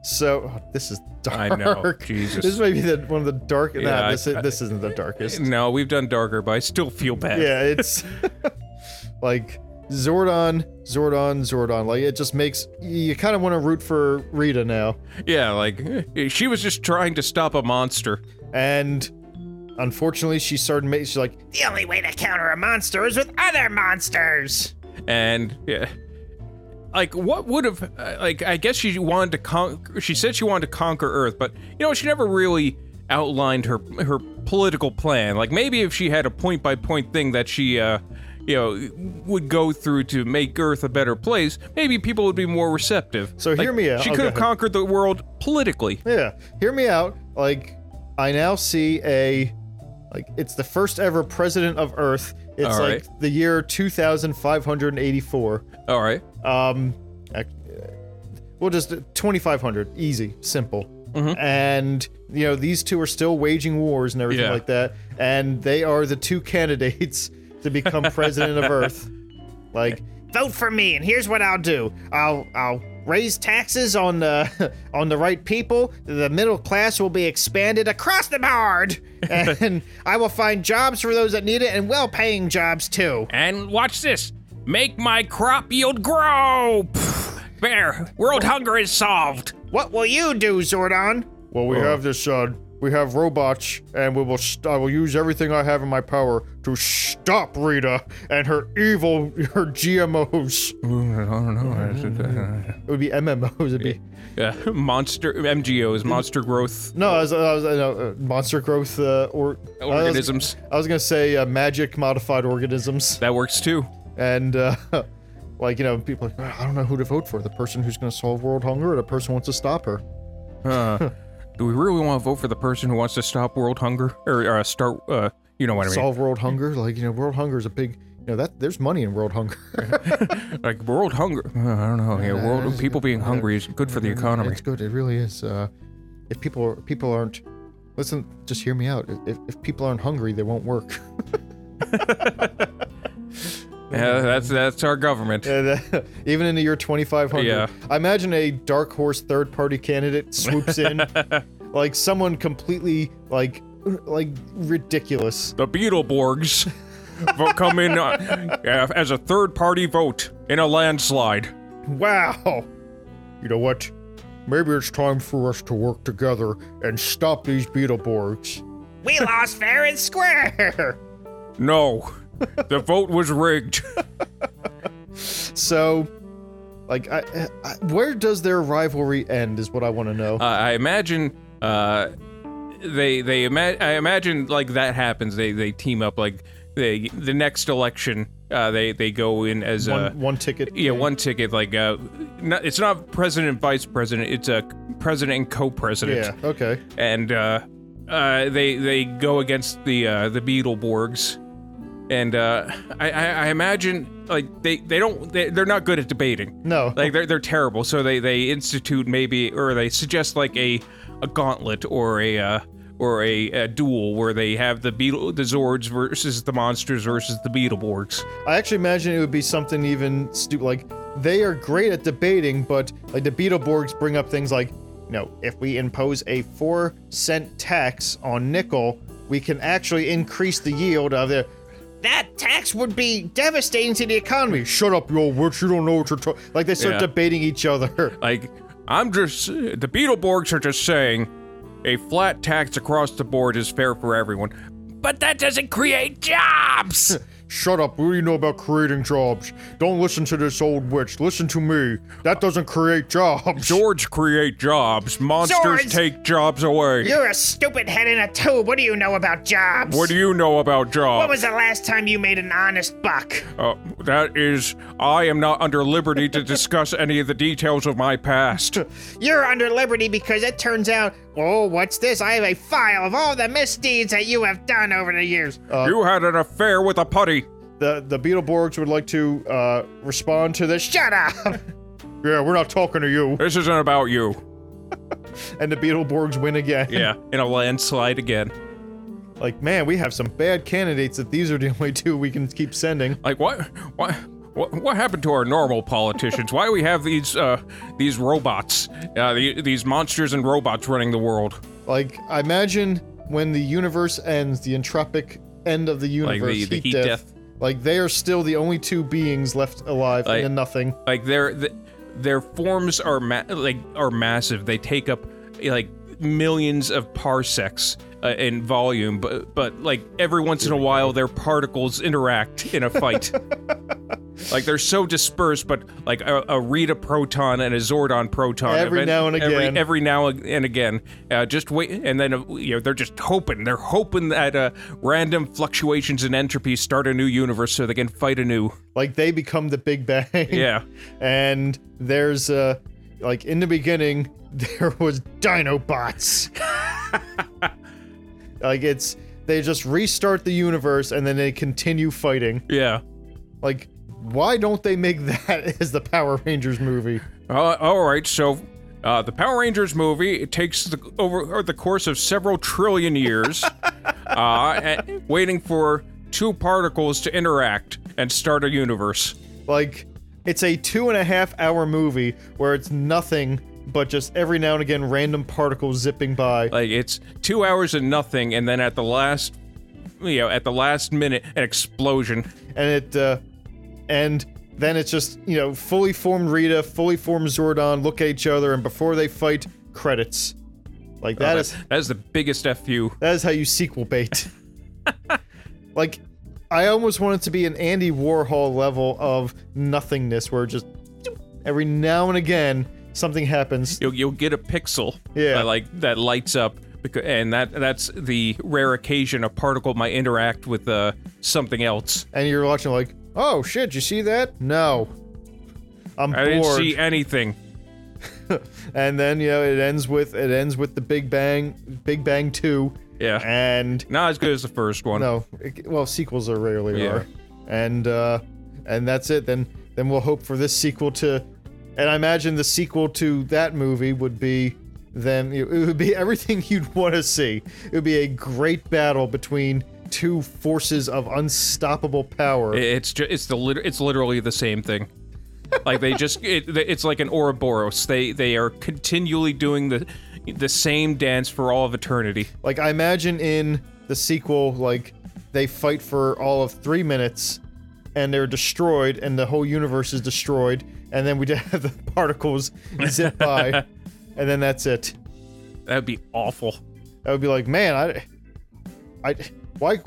[SPEAKER 1] So oh, this is dark.
[SPEAKER 2] I know, Jesus.
[SPEAKER 1] This may be the, one of the dark.
[SPEAKER 2] Yeah,
[SPEAKER 1] nah,
[SPEAKER 2] I-
[SPEAKER 1] this i- this isn't the darkest.
[SPEAKER 2] no, we've done darker, but I still feel bad.
[SPEAKER 1] yeah, it's like Zordon, Zordon, Zordon. Like it just makes you kind of want to root for Rita now.
[SPEAKER 2] Yeah, like eh, she was just trying to stop a monster.
[SPEAKER 1] And unfortunately, she started making. She's like,
[SPEAKER 3] The only way to counter a monster is with other monsters.
[SPEAKER 2] and yeah like what would have uh, like i guess she wanted to conquer she said she wanted to conquer earth but you know she never really outlined her her political plan like maybe if she had a point by point thing that she uh you you know, would go through to make Earth a better place, maybe people would be more receptive.
[SPEAKER 1] So hear me out.
[SPEAKER 2] She
[SPEAKER 1] Oh,
[SPEAKER 2] could
[SPEAKER 1] go
[SPEAKER 2] have
[SPEAKER 1] ahead.
[SPEAKER 2] conquered the world politically.
[SPEAKER 1] Yeah, hear me out. Like, I now see a, like, it's the first ever president of Earth. It's
[SPEAKER 2] All
[SPEAKER 1] like the year 2584.
[SPEAKER 2] All right.
[SPEAKER 1] Um, ac- we'll just 2500, easy, simple. And you know these two are still waging wars and everything
[SPEAKER 2] Yeah.
[SPEAKER 1] like that, and they are the two candidates to become president of Earth. Like,
[SPEAKER 3] Vote for me, and here's what I'll do. I'll I'll raise taxes on the on the right people. The middle class will be expanded across the board, and I will find jobs for those that need it, and well-paying jobs too.
[SPEAKER 4] And watch this. Make my crop yield grow. There, world hunger is solved.
[SPEAKER 3] What will you do, Zordon?
[SPEAKER 1] Well, we have this. Uh, we have robots, and we will. St- I will use everything I have in my power to stop Rita and her evil, her GMOs. It would be MMOs. It'd be
[SPEAKER 2] Yeah, monster MGOs, monster growth
[SPEAKER 1] no. I was, I was, I know, uh, monster growth uh, or I was-
[SPEAKER 2] organisms.
[SPEAKER 1] I was, gonna say uh, magic modified organisms,
[SPEAKER 2] That works too.
[SPEAKER 1] and uh, like you know, people. Are like, "Well, I don't know who to vote for: the person who's gonna solve world hunger, or the person who wants to stop her.
[SPEAKER 2] Uh, do we really want to vote for the person who wants to stop world hunger or uh, start? Uh, you know what I mean?
[SPEAKER 1] Solve world hunger. Like you know, world hunger is a big. You know that there's money in world hunger.
[SPEAKER 2] like world hunger. Uh, I don't know. Yeah, world people being hungry is good for the economy.
[SPEAKER 1] It's good. It really is. Uh, if people people aren't listen, just hear me out. If, if people aren't hungry, they won't work.
[SPEAKER 2] Yeah, that's that's our government.
[SPEAKER 1] Even in the year 2500,
[SPEAKER 2] Yeah.
[SPEAKER 1] I imagine a dark horse third party candidate swoops in, like someone completely like like ridiculous.
[SPEAKER 2] The Beetleborgs vote come in uh, uh, as a third party vote in a landslide.
[SPEAKER 1] Wow. You know what? Maybe it's time for us to work together and stop these Beetleborgs.
[SPEAKER 3] We lost fair and square.
[SPEAKER 2] No, the vote was rigged.
[SPEAKER 1] So, like, I, I, where does their rivalry end? Is what I want to know.
[SPEAKER 2] Uh, I imagine uh, they they ima- I imagine like that happens. They they team up like they the next election. Uh, they they go in as
[SPEAKER 1] one,
[SPEAKER 2] a
[SPEAKER 1] one ticket.
[SPEAKER 2] uh, yeah one ticket like uh, not, it's not president and vice president. It's a president and co-president.
[SPEAKER 1] Yeah. Okay.
[SPEAKER 2] and uh, uh, they they go against the uh, the Beetleborgs, and uh, I, I I imagine like they they don't they, they're not good at debating.
[SPEAKER 1] No.
[SPEAKER 2] Like they're they're terrible. So they they institute maybe or they suggest like a a gauntlet or a. Uh, or a, a duel where they have the beetle, the Zords versus the monsters versus the Beetleborgs.
[SPEAKER 1] I actually imagine it would be something even stupid. Like they are great at debating, but like the Beetleborgs bring up things like, you know, if we impose a four cent tax on nickel, we can actually increase the yield of the.
[SPEAKER 3] That tax would be devastating to the economy.
[SPEAKER 1] Shut up, you old witch! You don't know what you're talking. Like they start
[SPEAKER 2] Yeah.
[SPEAKER 1] debating each other.
[SPEAKER 2] Like, I'm just the Beetleborgs are just saying a flat tax across the board is fair for everyone.
[SPEAKER 4] But that doesn't create jobs.
[SPEAKER 1] Shut up! What do you know about creating jobs? Don't listen to this old witch. Listen to me. That doesn't create jobs.
[SPEAKER 2] Zords create jobs. Monsters
[SPEAKER 3] Zords!
[SPEAKER 2] take jobs away.
[SPEAKER 3] You're a stupid head in a tube. What do you know about jobs?
[SPEAKER 2] What do you know about jobs?
[SPEAKER 3] When was the last time you made an honest buck?
[SPEAKER 2] Uh, that is, I am not under liberty to discuss any of the details of my past.
[SPEAKER 3] You're under liberty because it turns out, oh, what's this? I have a file of all the misdeeds that you have done over the years.
[SPEAKER 2] you had an affair with a putty.
[SPEAKER 1] The the Beetleborgs would like to uh, respond to this. Shut
[SPEAKER 3] Shut up!
[SPEAKER 1] Yeah, we're not talking to you.
[SPEAKER 2] This isn't about you.
[SPEAKER 1] And the Beetleborgs win again.
[SPEAKER 2] Yeah, in a landslide again.
[SPEAKER 1] Like, man, we have some bad candidates that these are the only two we can keep sending.
[SPEAKER 2] Like what? What? What, what happened to our normal politicians? Why do we have these uh, these robots, uh, the, these monsters and robots running the world?
[SPEAKER 1] Like, I imagine when the universe ends, the entropic end of the
[SPEAKER 2] Like
[SPEAKER 1] universe,
[SPEAKER 2] the- the heat death.
[SPEAKER 1] Like they are still the only two beings left alive
[SPEAKER 2] Like-
[SPEAKER 1] and then nothing.
[SPEAKER 2] like their th- their forms are ma- like are massive. They take up like millions of parsecs uh, in volume, but but like every once in a while, their particles interact in a fight. Like they're so dispersed, but like a, a Rita proton and a Zordon proton
[SPEAKER 1] Every now and
[SPEAKER 2] every-
[SPEAKER 1] again.
[SPEAKER 2] every now and again. Uh, just wait, and then uh, you know they're just hoping. They're hoping that uh, random fluctuations in entropy start a new universe so they can fight anew.
[SPEAKER 1] Like they become the Big Bang.
[SPEAKER 2] Yeah.
[SPEAKER 1] And there's uh like in the beginning there was Dinobots. like it's they just restart the universe and then they continue fighting.
[SPEAKER 2] Yeah.
[SPEAKER 1] Like why don't they make that as the Power Rangers movie?
[SPEAKER 2] Uh, all right, so uh, the Power Rangers movie it takes the, over, over the course of several trillion years, uh, and- waiting for two particles to interact and start a universe.
[SPEAKER 1] Like it's a two and a half hour movie where it's nothing but just every now and again random particles zipping by.
[SPEAKER 2] Like it's two hours and nothing, and then at the last, you know, at the last minute, an explosion.
[SPEAKER 1] and it uh, and then it's just you know fully formed Rita, fully formed Zordon look at each other, and before they fight, credits. Like that is
[SPEAKER 2] that is the biggest fu.
[SPEAKER 1] that is how you sequel bait. like, I almost want it to be an Andy Warhol level of nothingness, where just every now and again something happens.
[SPEAKER 2] You'll, you'll get a pixel,
[SPEAKER 1] Yeah.
[SPEAKER 2] that, like that lights up. Because, and that that's the rare occasion a particle might interact with uh, something else.
[SPEAKER 1] and you're watching like, oh shit, you see that? No, I'm
[SPEAKER 2] I
[SPEAKER 1] bored.
[SPEAKER 2] didn't see anything.
[SPEAKER 1] and then you know it ends with it ends with the Big Bang, Big Bang Two,
[SPEAKER 2] Yeah.
[SPEAKER 1] and
[SPEAKER 2] Not as good as the first one.
[SPEAKER 1] no, it- well sequels are rarely
[SPEAKER 2] Yeah.
[SPEAKER 1] are, and uh, and that's it. Then then we'll hope for this sequel to, and I imagine the sequel to that movie would be. Then it it would be everything you'd want to see. It would be a great battle between two forces of unstoppable power.
[SPEAKER 2] It's just, it's the lit- it's literally the same thing. Like they just it, it's like an Ouroboros. They they are continually doing the the same dance for all of eternity.
[SPEAKER 1] Like I imagine in the sequel, like they fight for all of three minutes, and they're destroyed, and the whole universe is destroyed, and then we just have the particles zip by, and then that's it.
[SPEAKER 2] That'd be awful.
[SPEAKER 1] I would be like, man, I, I, why,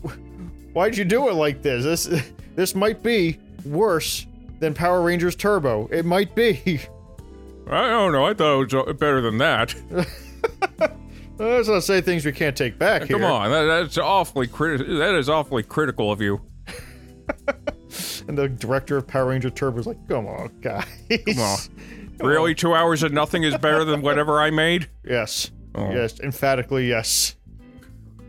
[SPEAKER 1] why'd you do it like this? This, this might be worse than Power Rangers Turbo. It might be.
[SPEAKER 2] I don't know. I thought it was uh, better than that.
[SPEAKER 1] Let's not say things we can't take back here.
[SPEAKER 2] Come on, that, that's awfully criti- That is awfully critical of you.
[SPEAKER 1] And the director of Power Ranger Turbo was like, come on, guys. Come
[SPEAKER 2] on. Really, two hours of nothing is better than whatever I made.
[SPEAKER 1] Yes. Yes. Emphatically, yes.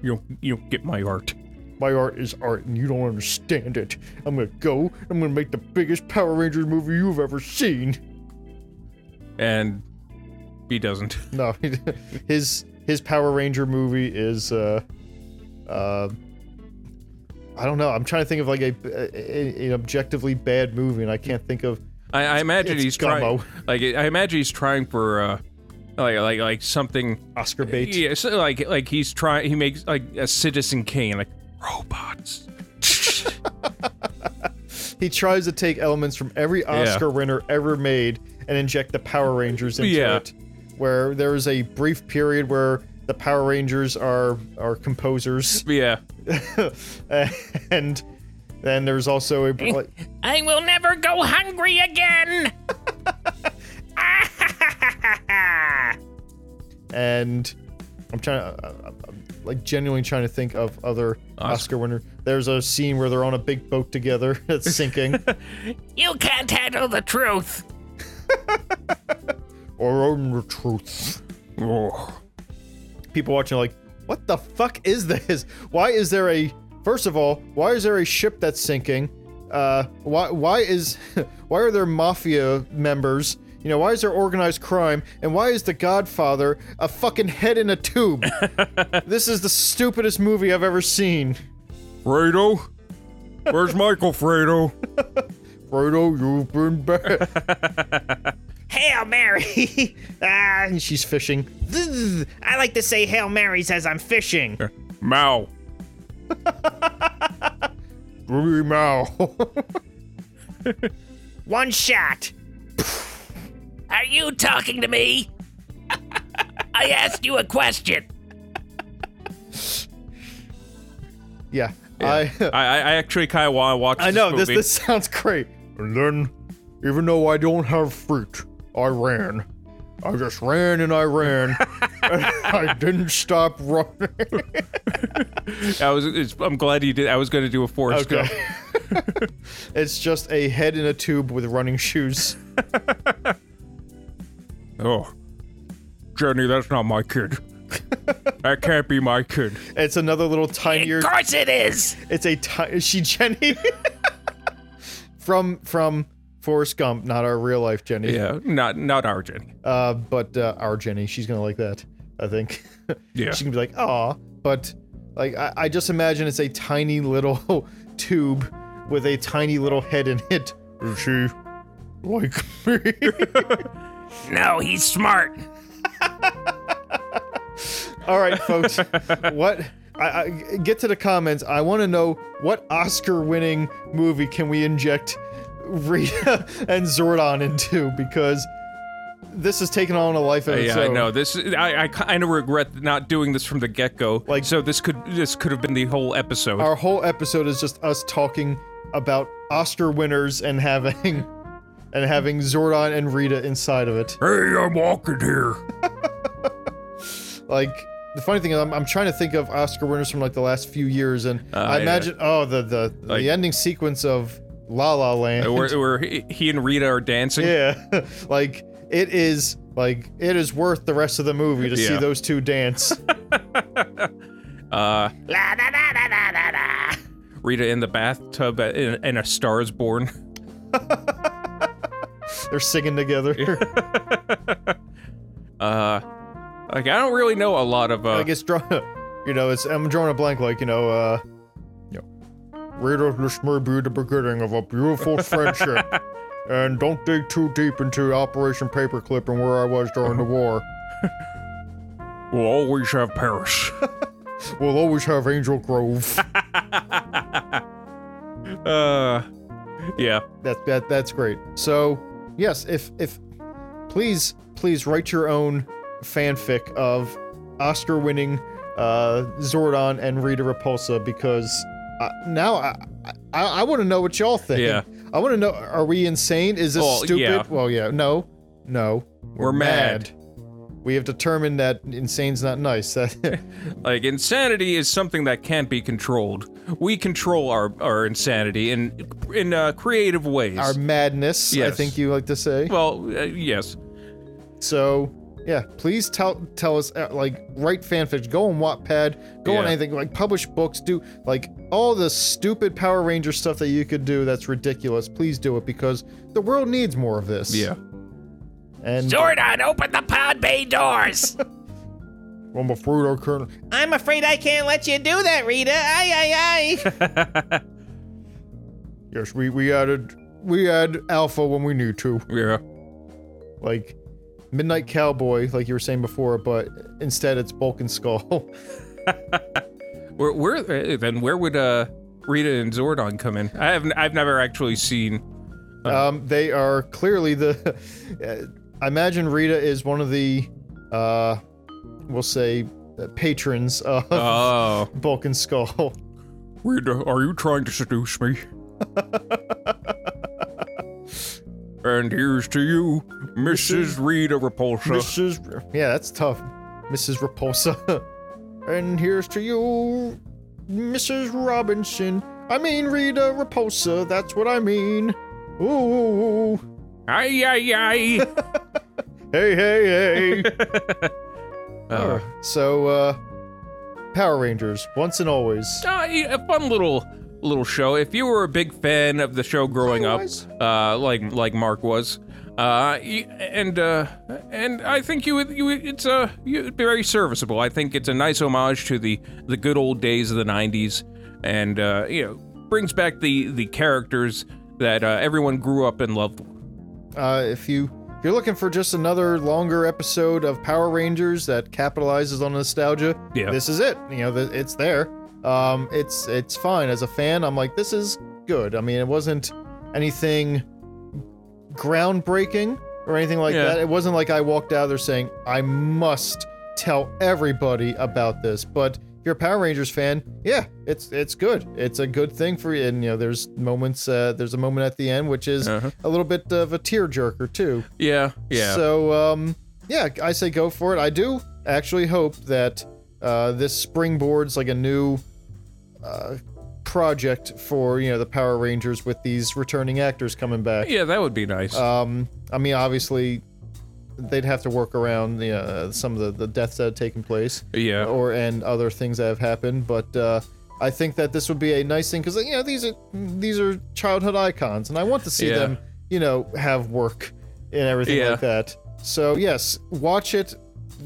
[SPEAKER 2] You you get my art.
[SPEAKER 1] My art is art, and you don't understand it. I'm gonna go. I'm gonna make the biggest Power Rangers movie you've ever seen.
[SPEAKER 2] And he doesn't.
[SPEAKER 1] No, his his Power Ranger movie is uh, uh, I don't know. I'm trying to think of like a, a- an objectively bad movie, and I can't think of.
[SPEAKER 2] I, I imagine
[SPEAKER 1] It's
[SPEAKER 2] he's trying.
[SPEAKER 1] Gummo.
[SPEAKER 2] Like I imagine he's trying for uh, like like like something.
[SPEAKER 1] Oscar bait.
[SPEAKER 2] Yeah, so like like he's trying. He makes like a Citizen Kane, like robots.
[SPEAKER 1] He tries to take elements from every Oscar winner ever made and inject the Power Rangers into
[SPEAKER 2] Yeah.
[SPEAKER 1] it. Where there is a brief period where the Power Rangers are are composers,
[SPEAKER 2] Yeah,
[SPEAKER 1] and then there's also a like,
[SPEAKER 5] I will never go hungry again.
[SPEAKER 1] and I'm trying to I'm- I'm- I'm, like genuinely trying to think of other Oscar winner. There's a scene where they're on a big boat together that's sinking.
[SPEAKER 5] You can't handle the truth.
[SPEAKER 1] or own the truth. People watching are like, what the fuck is this? Why is there a first of all, why is there a ship that's sinking? Uh why why is why are there mafia members? You know, why is there organized crime? And why is the Godfather a fucking head in a tube? this is the stupidest movie I've ever seen.
[SPEAKER 2] Fredo. Where's Michael Fredo?
[SPEAKER 1] Frodo, you've been bad.
[SPEAKER 3] Hail Mary! ah,
[SPEAKER 1] and she's fishing.
[SPEAKER 3] zzz. I like to say Hail Marys as I'm fishing.
[SPEAKER 2] Mao.
[SPEAKER 1] Ruby Mao.
[SPEAKER 3] One shot.
[SPEAKER 5] Are you talking to me? I asked you a question.
[SPEAKER 1] yeah. I
[SPEAKER 2] I I I actually kind of want to watch.
[SPEAKER 1] I know this
[SPEAKER 2] movie.
[SPEAKER 1] this sounds great. And then, even though I don't have fruit, I ran. I just ran and I ran. and I didn't stop running.
[SPEAKER 2] I was. It's, I'm glad you did. I was going to do a Forrest Gump.
[SPEAKER 1] it's just a head in a tube with running shoes.
[SPEAKER 2] Oh, Jenny, that's not my kid. that can't be my kid.
[SPEAKER 1] It's another little tinier.
[SPEAKER 5] Of course it is.
[SPEAKER 1] It's a ti- is she Jenny? from from Forrest Gump, not our real life Jenny.
[SPEAKER 2] Yeah, not not our Jenny.
[SPEAKER 1] Uh, but uh, our Jenny, she's gonna like that. I think.
[SPEAKER 2] Yeah.
[SPEAKER 1] She can be like, "Aw," but like I, I just imagine it's a tiny little tube with a tiny little head in it. Is she like me?
[SPEAKER 5] No, he's smart.
[SPEAKER 1] All right, folks. what? I, I get to the comments. I want to know what Oscar-winning movie can we inject Rita and Zordon into because this has taken on a life of its
[SPEAKER 2] Uh, Yeah, I
[SPEAKER 1] own.
[SPEAKER 2] know this. I, I kind of regret not doing this from the get go.
[SPEAKER 1] Like-
[SPEAKER 2] Like, so this could this could have been the whole episode.
[SPEAKER 1] Our whole episode is just us talking about Oscar winners and having and having Zordon and Rita inside of it.
[SPEAKER 4] Hey, I'm walking here.
[SPEAKER 1] Like the funny thing is, I'm, I'm trying to think of Oscar winners from like the last few years, and I
[SPEAKER 2] Ah, yeah.
[SPEAKER 1] imagine oh the the
[SPEAKER 2] Like-
[SPEAKER 1] the ending sequence of La La Land.
[SPEAKER 2] where, where he he and Rita are dancing.
[SPEAKER 1] Yeah, like it is like it is worth the rest of the movie to see
[SPEAKER 2] Yeah.
[SPEAKER 1] those two dance.
[SPEAKER 2] Uh,
[SPEAKER 5] La da da da da da da.
[SPEAKER 2] Rita in the bathtub in, in A Star Is Born.
[SPEAKER 1] They're singing together.
[SPEAKER 2] Uh, like I don't really know a lot of. Uh,
[SPEAKER 1] like it's drawn, you know, it's I'm drawing a blank. Like you know, uh, you know, reader, this may be the beginning of a beautiful friendship, and don't dig too deep into Operation Paperclip and where I was during the war.
[SPEAKER 2] we'll always have Paris.
[SPEAKER 1] We'll always have Angel Grove.
[SPEAKER 2] uh, yeah.
[SPEAKER 1] that that that's great. So yes, if if please please write your own fanfic of Oscar winning uh, Zordon and Rita Repulsa because uh, now I I, I want to know what y'all think.
[SPEAKER 2] Yeah.
[SPEAKER 1] I want to know: Are we insane? Is this
[SPEAKER 2] Well,
[SPEAKER 1] stupid?
[SPEAKER 2] yeah.
[SPEAKER 1] Well, yeah. No, no.
[SPEAKER 2] We're mad.
[SPEAKER 1] We have determined that insane's not nice. That
[SPEAKER 2] Like insanity is something that can't be controlled. We control our, our insanity in in uh, creative ways.
[SPEAKER 1] our madness. I
[SPEAKER 2] Yes.
[SPEAKER 1] think you like to say.
[SPEAKER 2] well, uh, yes.
[SPEAKER 1] So yeah, please tell tell us uh, like write fanfic, go on Wattpad, go on
[SPEAKER 2] Yeah.
[SPEAKER 1] anything like publish books, do like all the stupid Power Ranger stuff that you could do that's ridiculous. Please do it because the world needs more of this.
[SPEAKER 2] Yeah.
[SPEAKER 1] And
[SPEAKER 5] Zordon, open the pod bay doors.
[SPEAKER 1] I'm afraid I can't.
[SPEAKER 3] I'm afraid I can't let you do that, Rita. Aye, aye, aye.
[SPEAKER 1] Yes, we we added we add alpha when we need to,
[SPEAKER 2] Yeah.
[SPEAKER 1] like Midnight Cowboy, like you were saying before, but instead it's Bulk and Skull.
[SPEAKER 2] Where where uh, then where would uh Rita and Zordon come in? I have n- I've never actually seen.
[SPEAKER 1] Um, they are clearly the. uh, I imagine Rita is one of the, uh, we'll say, uh, patrons of
[SPEAKER 2] Oh,
[SPEAKER 1] Bulk and Skull.
[SPEAKER 2] Rita, are you trying to seduce me? and here's to you, Mrs. Rita Repulsa.
[SPEAKER 1] Mrs. Yeah, that's tough. Mrs. Repulsa. and here's to you, Mrs. Robinson. I mean, Rita Repulsa. That's what I mean. Ooh.
[SPEAKER 2] Ay ay ay.
[SPEAKER 1] Hey, hey, hey.
[SPEAKER 2] Uh,
[SPEAKER 1] so, uh, Power Rangers, once and always.
[SPEAKER 2] uh, yeah, a fun little little show. If you were a big fan of the show growing up,
[SPEAKER 1] was.
[SPEAKER 2] uh, like like Mark was, uh, y- and uh, and I think you would you would- it's a you'd be very serviceable. I think it's a nice homage to the the good old days of the '90s, and uh, you know brings back the the characters that uh, everyone grew up and loved.
[SPEAKER 1] Uh, if you if you're looking for just another longer episode of Power Rangers that capitalizes on nostalgia,
[SPEAKER 2] Yeah.
[SPEAKER 1] this is it. You know, th- it's there. Um, it's it's fine as a fan. I'm like, this is good. I mean, it wasn't anything groundbreaking or anything like
[SPEAKER 2] Yeah.
[SPEAKER 1] that. It wasn't like I walked out of there saying I must tell everybody about this, but if you're a Power Rangers fan, yeah, it's it's good. It's a good thing for you. And you know, there's moments. Uh, there's a moment at the end which is
[SPEAKER 2] Uh-huh.
[SPEAKER 1] a little bit of a tearjerker too.
[SPEAKER 2] Yeah, yeah.
[SPEAKER 1] So um, yeah, I say go for it. I do actually hope that uh, this springboards like a new uh, project for you know the Power Rangers with these returning actors coming back.
[SPEAKER 2] yeah, that would be nice.
[SPEAKER 1] Um, I mean, obviously, they'd have to work around the, uh, some of the, the deaths that have taken place,
[SPEAKER 2] yeah.
[SPEAKER 1] or and other things that have happened. But uh, I think that this would be a nice thing because you know these are these are childhood icons, and I want to see
[SPEAKER 2] Yeah.
[SPEAKER 1] them, you know, have work and everything
[SPEAKER 2] Yeah.
[SPEAKER 1] like that. So yes, watch it.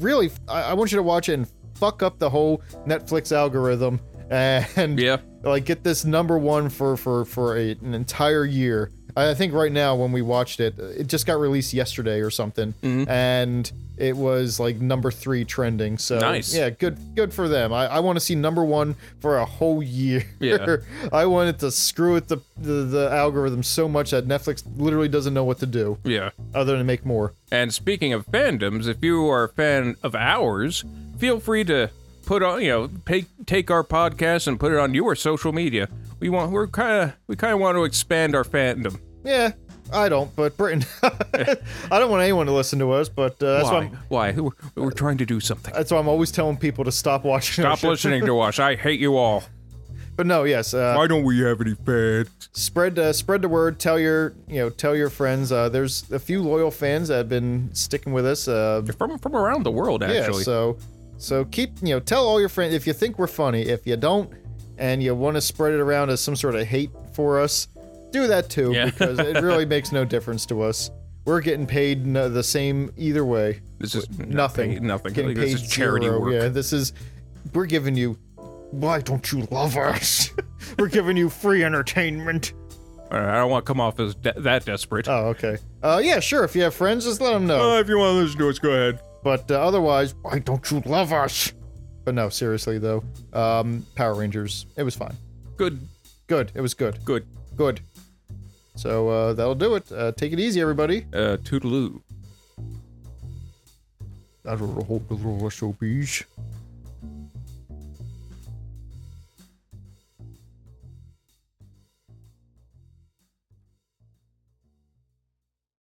[SPEAKER 1] Really, I, I want you to watch it and fuck up the whole Netflix algorithm and
[SPEAKER 2] yeah.
[SPEAKER 1] like get this number one for for for a, an entire year. I I think right now when we watched it, it just got released yesterday or something,
[SPEAKER 2] Mm-hmm.
[SPEAKER 1] and it was like number three trending. So
[SPEAKER 2] Nice.
[SPEAKER 1] yeah, good good for them. I, I want to see number one for a whole year.
[SPEAKER 2] Yeah.
[SPEAKER 1] I wanted to screw with the, the the algorithm so much that Netflix literally doesn't know what to do
[SPEAKER 2] Yeah.
[SPEAKER 1] other than make more.
[SPEAKER 2] And speaking of fandoms, if you are a fan of ours, feel free to put on, you know, take take our podcast and put it on your social media. We want we're kind of we kind of want to expand our fandom.
[SPEAKER 1] Yeah, I don't, but Britain, I don't want anyone to listen to us, but uh, that's why.
[SPEAKER 2] Why?
[SPEAKER 1] I'm, Uh,
[SPEAKER 2] Why? We're, we're trying to do something.
[SPEAKER 1] that's why I'm always telling people to stop watching. our
[SPEAKER 2] Stop
[SPEAKER 1] shit.
[SPEAKER 2] listening to us. I hate you all.
[SPEAKER 1] But no, yes. Uh,
[SPEAKER 2] Why don't we have any fans?
[SPEAKER 1] spread uh, spread the word. Tell your you know tell your friends. Uh, there's a few loyal fans that have been sticking with us. Uh,
[SPEAKER 2] From from around the world,
[SPEAKER 1] yeah,
[SPEAKER 2] actually.
[SPEAKER 1] so so keep you know tell all your friends if you think we're funny. If you don't, and you want to spread it around as some sort of hate for us, do that too
[SPEAKER 2] Yeah.
[SPEAKER 1] because it really makes no difference to us. We're getting paid no, the same either way.
[SPEAKER 2] this is
[SPEAKER 1] Nothing.
[SPEAKER 2] Nothing.
[SPEAKER 1] Getting
[SPEAKER 2] this
[SPEAKER 1] paid
[SPEAKER 2] is charity
[SPEAKER 1] zero.
[SPEAKER 2] work.
[SPEAKER 1] Yeah, this is. We're giving you. Why don't you love us? we're giving you free entertainment.
[SPEAKER 2] All right, I don't want to come off as de- that desperate. Uh,
[SPEAKER 1] Oh, okay. Uh, yeah, sure. If you have friends, just let them know.
[SPEAKER 2] if you want to listen to us, go ahead.
[SPEAKER 1] But uh, otherwise, why don't you love us? But no, seriously though, um, Power Rangers, it was fine.
[SPEAKER 2] Good.
[SPEAKER 1] Good. It was good.
[SPEAKER 2] Good.
[SPEAKER 1] Good. So uh, that'll do it. Uh, take it easy, everybody.
[SPEAKER 2] Uh, toodaloo.
[SPEAKER 1] That's a whole little SOBs.